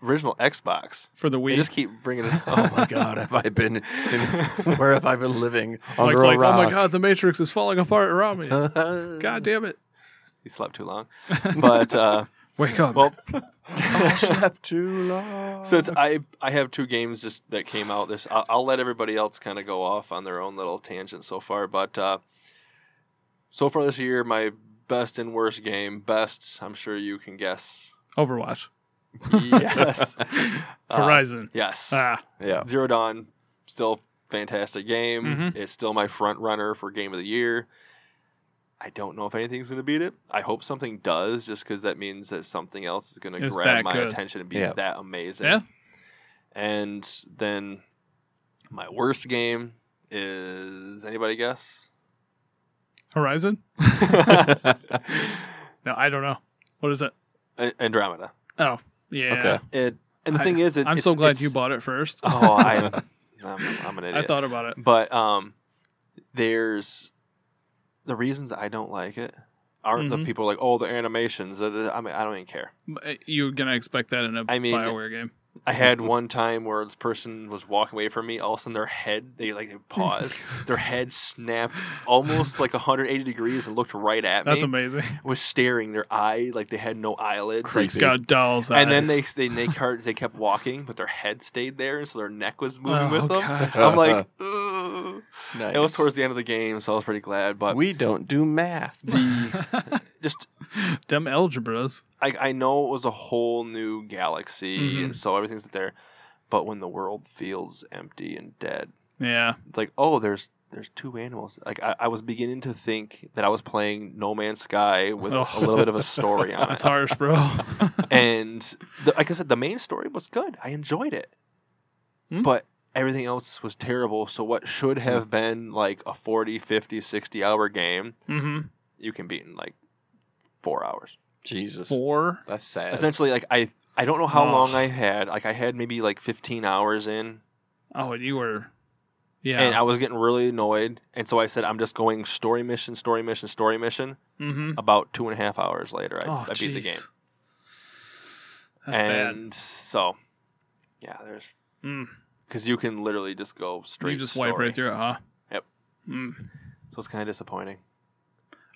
original Xbox. For the We week. just keep bringing it. oh up. my god, have I been? In, where have I been living? Under Mike's a like, oh my rock." God, the Matrix is falling apart around Uh, me. God damn it. Oh he slept too long, but uh, Wake up. well, I slept too long. since I I have two games just that came out this I'll, I'll let everybody else kind of go off on their own little tangent so far but uh, so far this year my best and worst game best I'm sure you can guess Overwatch. yes Uh, Horizon. yes ah. yeah. Zero Dawn still fantastic game Mhm. it's still my front runner for game of the year I don't know if anything's going to beat it. I hope something does, just because that means that something else is going to It's grab that my good. attention and be Yeah. that amazing. Yeah. And then my worst game is anybody guess? Horizon? No, I don't know. What is it? An- Andromeda. Oh, yeah. Okay. It and the I- thing is, it, I'm it's- so glad it's- you bought it first. Oh, I'm, I'm, I'm an idiot. I thought about it. but um, there's the reasons I don't like it aren't the Mhm. people like oh the animations. da, da, da." I mean I don't even care. But You're going to expect that in a I mean- Bioware game. I had one time where this person was walking away from me. All of a sudden, their head they like they paused, their head snapped almost like 180 degrees and looked right at me. That's amazing. was staring. Their eye like they had no eyelids. Like, It's got dolls. and then eyes. they they they, cart, they kept walking, but their head stayed there, and so their neck was moving Oh, with them. God. Uh-huh. I'm like, Ugh. Nice. it was towards the end of the game, so I was pretty glad. But We don't do math. just Dumb algebras. I, I know it was a whole new galaxy, Mhm. and so everything's there. But when the world feels empty and dead, Yeah. it's like, oh, there's there's two animals. Like I, I was beginning to think that I was playing No Man's Sky with Oh. a little bit of a story on it. That's harsh, bro. and the, like I said, the main story was good. I enjoyed it, Hmm. but everything else was terrible. So what should have been like a 40, 50, 60 hour game, mm-hmm. you can beat in like four hours. Jesus, Four. that's sad. Essentially, like I I don't know how Ugh. long I had. Like I had maybe like fifteen hours in, Oh, and you were. Yeah. and I was getting really annoyed. And so I said, I'm just going story mission, story mission, story mission. mm-hmm. About two and a half hours later, I, oh, I beat the game. jeez. That's and so, yeah, there's bad. Mm. because you can literally just go straight. You just wipe story. right through it, huh? Yep. Mm. So it's kind of disappointing.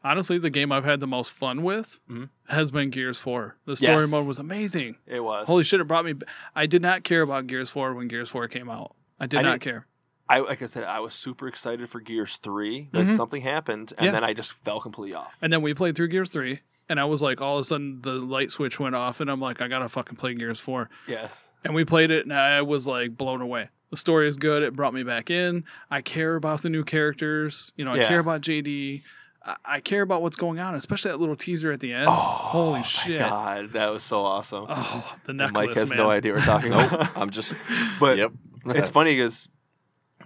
Honestly, the game I've had the most fun with Mhm. has been Gears 4. The story Yes. mode was amazing. It was. Holy shit, it brought me. b- I did not care about Gears 4 when Gears 4 came out. I did I not didn't- care. I like I said, I was super excited for Gears Three, but Mhm. something happened, and Yeah. then I just fell completely off. And then we played through Gears 3, and I was like, all of a sudden, the light switch went off, and I'm like, I gotta fucking play Gears 4. Yes. And we played it, and I was like blown away. The story is good. It brought me back in. I care about the new characters. You know, I Yeah. care about JD. I, I care about what's going on, especially that little teaser at the end. Oh, Holy my shit. God, that was so awesome. Oh, the And necklace, Mike has man. no idea we're talking about. I'm just. But yep. it's funny because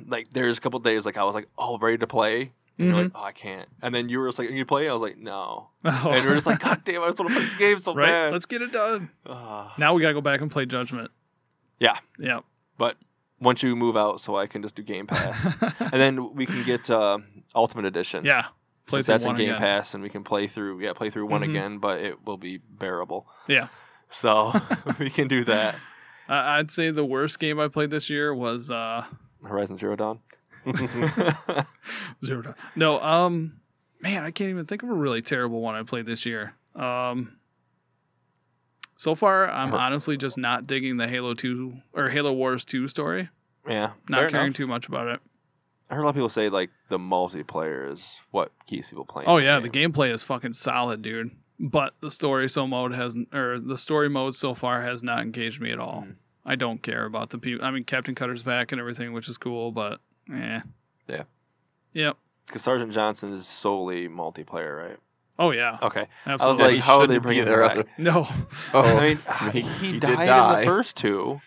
like there's a couple days like I was like oh ready to play and you're like oh I can't and then you were just like you play I was like no Mm-hmm. Oh. and we are just like god damn I just want to play this game so right? bad Let's get it done. Ah. Now we gotta go back and play Judgment. Yeah. Yeah. but once you move out so I can just do Game Pass and then we can get uh, Ultimate Edition Yeah. Play Since through that's in one Game again. Pass and we can play through yeah play through one Mhm. again but it will be bearable Yeah. so we can do that I- I'd say the worst game I played this year was uh Horizon Zero Dawn Zero Dawn. No, um, man, I can't even think of a really terrible one I played this year. Um, so far, I'm Huh. honestly just not digging the Halo Two or Halo Wars Two story. yeah Not Fair caring enough. too much about it. I heard a lot of people say like the multiplayer is what keeps people playing Oh yeah, the gameplay is fucking solid, dude. But the story so mode hasn't, or the story mode so far has not engaged me at all. Hmm. Mm. I don't care about the people. I mean, Captain Cutter's back and everything, which is cool, but eh. Yeah. Yep. Because Sergeant Johnson is solely multiplayer, right? Oh yeah. Okay. I was Absolutely. Yeah, he like, how are they shouldn't be bringing there there back? other- no, Oh, I mean, he, he- he did died in die. the first two.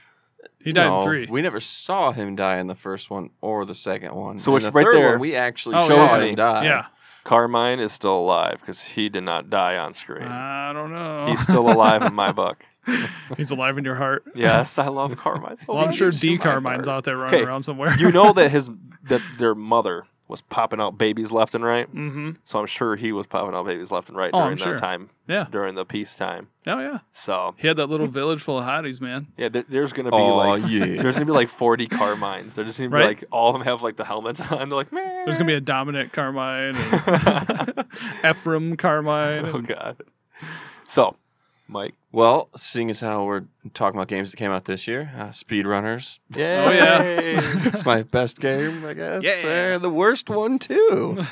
he died no, in three. We never saw him die in the first one or the second one. So In it's the right third there. One, we actually Oh, saw yeah. him die. yeah. Carmine is still alive because he did not die on screen. I don't know. He's still alive in my book. He's alive in your heart. Yes, I love Carmine so Well, I'm much. sure It's in D my Carmine's heart. out there running Okay, around somewhere. You know that his that their mother was popping out babies left and right. mm-hmm. So I'm sure he was popping out babies left and right Oh, I'm during that sure. time, Yeah. during the peacetime. Oh yeah. So He had that little village full of hotties, man. yeah, there, there's gonna be Aw, like yeah. there's gonna be like 40 Carmines. They're just gonna be Right. like all of them have like the helmets on. They're like, man, There's gonna be a Dominic Carmine, and Ephraim Carmine. oh and- god. So, Mike. Well, seeing as how we're talking about games that came out this year, uh, Speedrunners. Yeah. Oh, yeah. it's my best game, I guess. Yeah. Uh, the worst one too.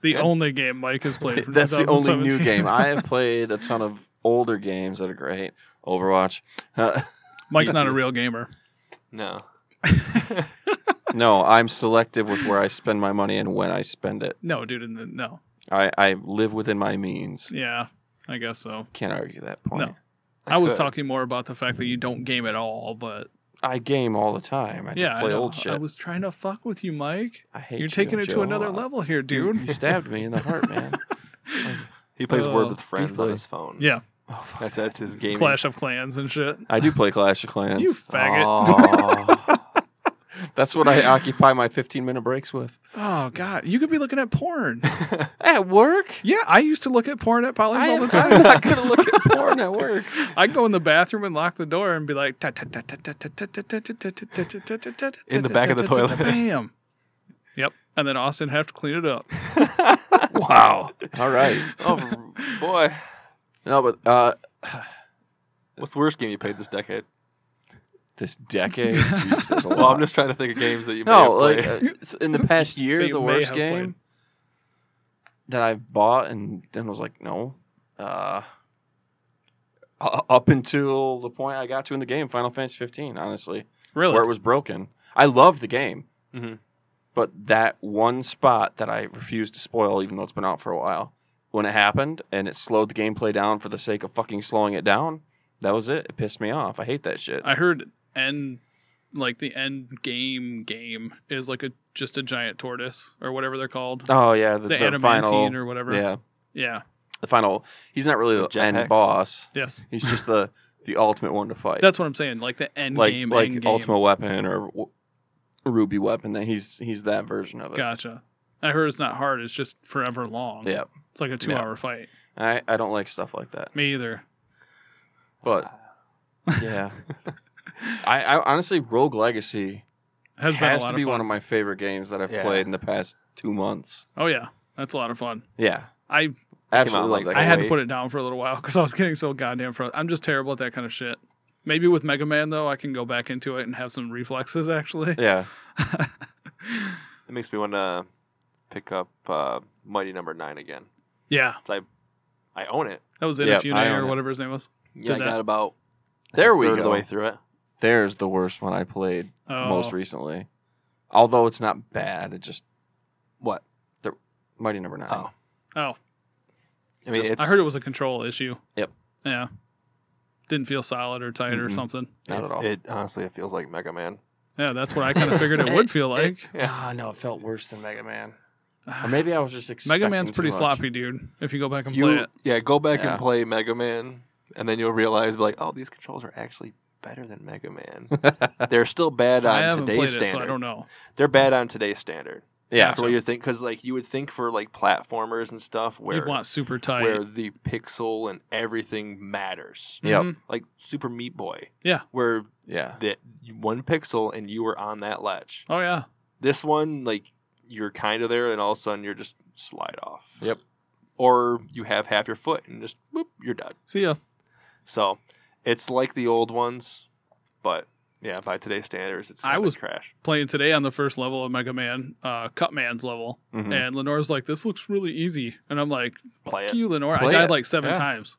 The only game Mike has played. From That's the only new 2017. game. I have played a ton of older games that are great. Overwatch. Uh, Mike's Me not a too. real gamer. no. no, I'm selective with where I spend my money and when I spend it. No, dude. and the- No. I, I live within my means. Yeah, I guess so. Can't argue that point. No. I, was could. talking more about the fact that you don't game at all, but I game all the time. I just yeah, I, play know. old shit. I I, was trying to fuck with you, Mike. hate You're you, taking it to Joe. another level here, You- dude. You stabbed me in the heart, man. He plays Word Oh, with Friends on deeply. his phone. yeah, oh, fuck. That's that's his game. Clash of Clans and shit. I do play Clash of Clans. You Oh. faggot. That's what I occupy my 15 minute breaks with. Oh god, you could be looking at porn. At work? yeah, I used to look at porn at Polly's I all am, the I'm time. not going to look at porn at work. I'd go in the bathroom and lock the door and be like "Ta- ta- ta- ta- ta- ta- ta- ta- ta- ta- ta- ta- ta- ta- ta- ta- In the ta- back ta- of the ta- ta- ta- toilet. Bam. Yep. And then Austin have to clean it up. Wow. All right. oh boy. No, but uh, What's the worst game you played this decade? this decade, Jesus, there's a lot. Well, I'm just trying to think of games that you may no, have like played. uh, s- in the past year, That you the may worst have game played. that I bought and then was like, no. Uh, u- up until the point I got to in the game, Final Fantasy 15, honestly, where it Really? Mm-hmm. was broken. I loved the game, Mhm. but that one spot that I refused to spoil, even though it's been out for a while, when it happened and it slowed the gameplay down for the sake of fucking slowing it down, that was it. It pissed me off. I hate that shit. I heard end like the end game game is like a just a giant tortoise or whatever they're called. oh yeah, The, the, the adamantine final. or whatever. yeah, Yeah. the final. He's not really the Jetpacks. end boss. Yes. He's just the the ultimate one to fight. That's what I'm saying. Like the end like game. like end game. ultimate weapon or w- ruby weapon. That he's he's that version of it. Gotcha. I heard it's not hard. It's just forever long. Yeah, It's like a two hour fight. I I don't like stuff like that. Me either. But yeah, I, I honestly Rogue Legacy Ah. Has, been a has lot to of be fun. one of my favorite games that I've Yeah. played in the past two months. Oh yeah, that's a lot of fun. Yeah, I absolutely like, love I that. can't had game. to wait. put it down for a little while because I was getting so goddamn frozen. I'm just terrible at that kind of shit. Maybe with Mega Man though, I can go back into it and have some reflexes. Actually, Yeah, It makes me want to pick up uh, Mighty Number Nine again. yeah, 'Cause I I own it. that was Yep, Inafune I own or it. whatever his name was. Yeah, Did I that. got about There we third of the go. way through it. There's the worst one I played Oh, most recently. Although it's not bad, it just What? Mighty Number Nine. Oh. oh, I mean, Just- it's, I heard it was a control issue. Yep. Yeah. Didn't feel solid or tight or Mhm. something. not it- at all. It honestly, it feels like Mega Man. Yeah, that's what I kind of figured it would feel like. Ah, no, it felt worse than Mega Man. Or maybe I was just expecting Mega Man's too pretty much. sloppy, dude. If you go back and play You, it, yeah, go back Yeah. and play Mega Man, and then you'll realize, like, oh, these controls are actually better than Mega Man. They're still bad I on haven't today's played standard. it, so I don't know. They're bad on today's standard. Yeah, That's what you think, because like you would think for like platformers and stuff You'd where want super tight. where the pixel and everything matters, Yep. Mhm. like Super Meat Boy. Yeah. where yeah. that one pixel and you were on that ledge. Oh yeah. This one, like you're kind of there, and all of a sudden you're just slide off. Yep. Or you have half your foot and just whoop, you're done. See ya. So it's like the old ones, but yeah, by today's standards, it's I kind was- of trash. Playing today on the first level of Mega Man, uh, Cutman's level, Mhm. and Lenore's like, "This looks really easy," and I'm like, Play "Fuck it. you, Lenore! I Play died it. like seven Yeah. times."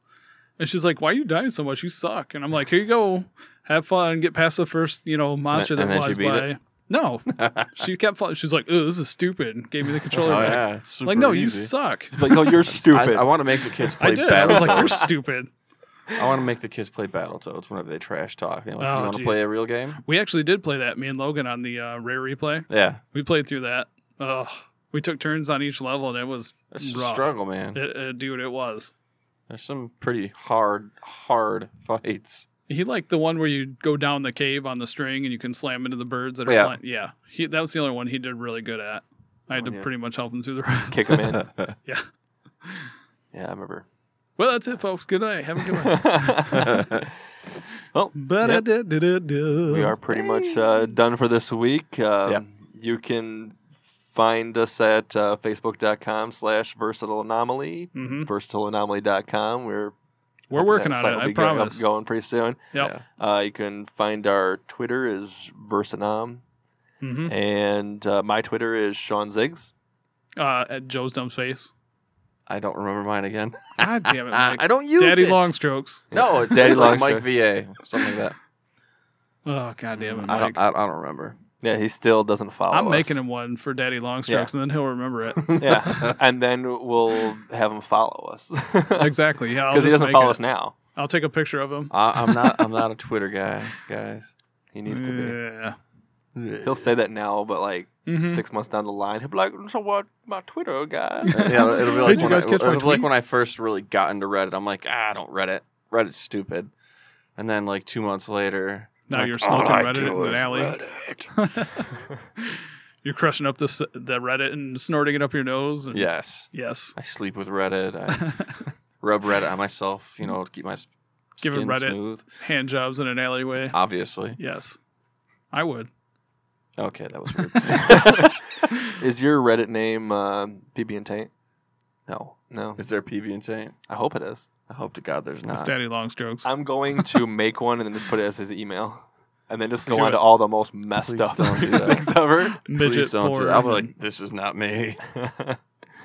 And she's like, "Why are you dying so much? You suck." And I'm like, "Here you go, have fun, get past the first you know monster and that then she flies beat by." No, she kept. Fly- she's like, "Ugh, this is stupid." and Gave me the controller. Oh back. yeah, it's super Like, no, you easy. suck. Like, no, you're I, stupid. I want to make the kids play I did. I was like, "You're Battletoads. stupid." I want to make the kids play Battletoads whenever they trash talk. You, know, like, Oh, you want geez. to play a real game? We actually did play that. Me and Logan on the uh, rare replay. Yeah, We played through that. Ugh. We took turns on each level, and it was it's a Rough. struggle, man. It, uh, dude, it was. There's some pretty hard, hard fights. He liked the one where you go down the cave on the string and you can slam into the birds that are Yeah. flying. Yeah, he, that was the only one he did really good at. I had Oh, to yeah. pretty much help him through the rest. Kick him in. Yeah, I remember. Well, that's it, folks. Good night. Have a good one. well, But I Yep. did, did, did, did. we are pretty much uh, done for this week. Um, Yep. You can find us at uh, facebook.com slash versatile anomaly, Mhm. versatileanomaly.com. We're We're hoping working that on site it. will I be going- promise. Going pretty soon. Yep. Uh, you can find our Twitter is Versanom, hmm and uh, my Twitter is Sean Ziggs. Uh, at Joe's dumb face. I don't remember mine again. God damn it, Mike. I don't use Daddy it. long strokes. No, it's, Daddy it's like Long Mike Strokes. VA, something like that. Oh god damn Mm, it, I Mike. don't, I, I don't remember. Yeah, he still doesn't follow. I'm us. making him one for Daddy long strokes, and then he'll remember it. Yeah, and then we'll have him follow us because exactly. Yeah, I'll he just doesn't make follow it. us now. I'll take a picture of him. I, I'm not. I'm not a Twitter guy, guys. He needs to Yeah. be. He'll say that now, but like Mhm. six months down the line, he'll be like, "So what, my Twitter guy?" Uh, yeah, it'll be Did like, you when, guys I, catch my it'll be like tweet? when I first really got into Reddit. I'm like, ah, I don't Reddit. Reddit's stupid. And then like two months later, Now like, you're all smoking I Reddit do in an is alley. Reddit. You're crushing up this the Reddit and snorting it up your nose. And yes, Yes. I sleep with Reddit. I rub Reddit on myself, you know, to keep my s- Give it skin Reddit. smooth. Hand jobs in an alleyway. Obviously. Yes. I would. Okay, that was weird. Is your Reddit name uh, PB and Taint? No, no. is there PB and Taint? I I hope it is. I hope to God there's It's not. Daddy Long Strokes. I'm going to make one and then just put it as his email, and then just go Do on it. to all the most messed Please up don't do that. things ever. Midget Please don't do porn. that. I'll be like, this is not me.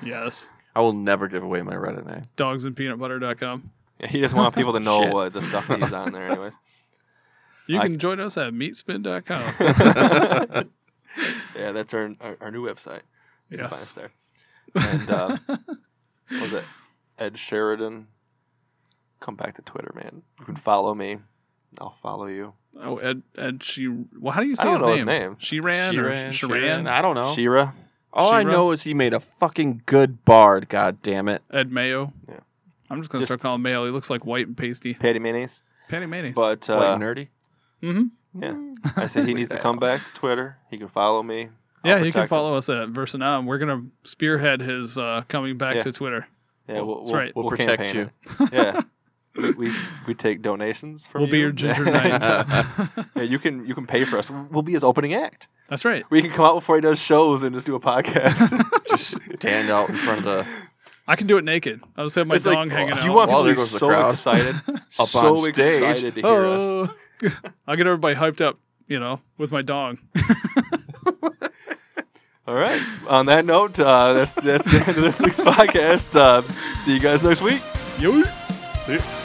yes. I will never give away my Reddit name. Dogsandpeanutbutter.com. Yeah, he just want people to know Shit. what the stuff he's on there, anyways. You I- can join us at meatspin.com. Yeah, that's our our, our new website. You can find us yes. there. And uh, what was it Ed Sheridan? Come back to Twitter, man. You can follow me. I'll follow you. Oh, Ed, Ed, she. Well, how do you say I don't his, know name? his name. She ran or Sheeran, Sharan? Sheeran, I don't know. Shira. All I She-Ra? know is he made a fucking good bard. God damn it! Ed Mayo. Yeah. I'm just going to Just- start calling him Mayo. He looks like white and pasty. Patty Mayonnaise. Patty mayonnaise. But White uh, nerdy. hmm yeah, I said he needs to come back to Twitter. He can follow me. I'll Yeah, you can protect him. follow us at Versanam. We're gonna spearhead his uh, coming back Yeah. to Twitter. Yeah, we'll, That's we'll, right. we'll, We'll protect campaign it. Yeah, we, we we take donations from. We'll be you. your ginger knights. yeah, you can you can pay for us. We'll be his opening act. That's right. We can come out before he does shows and just do a podcast. Just stand out in front of the I can do it naked. I'll just have my It's like, dong hanging out. You want Wow, people there to be goes the so crowd. excited, up so on stage. excited to hear us. oh. I'll get everybody hyped up, you know, with my dong. All right. On that note, uh, that's that's the end of this week's podcast. Uh, see you guys next week. Yo.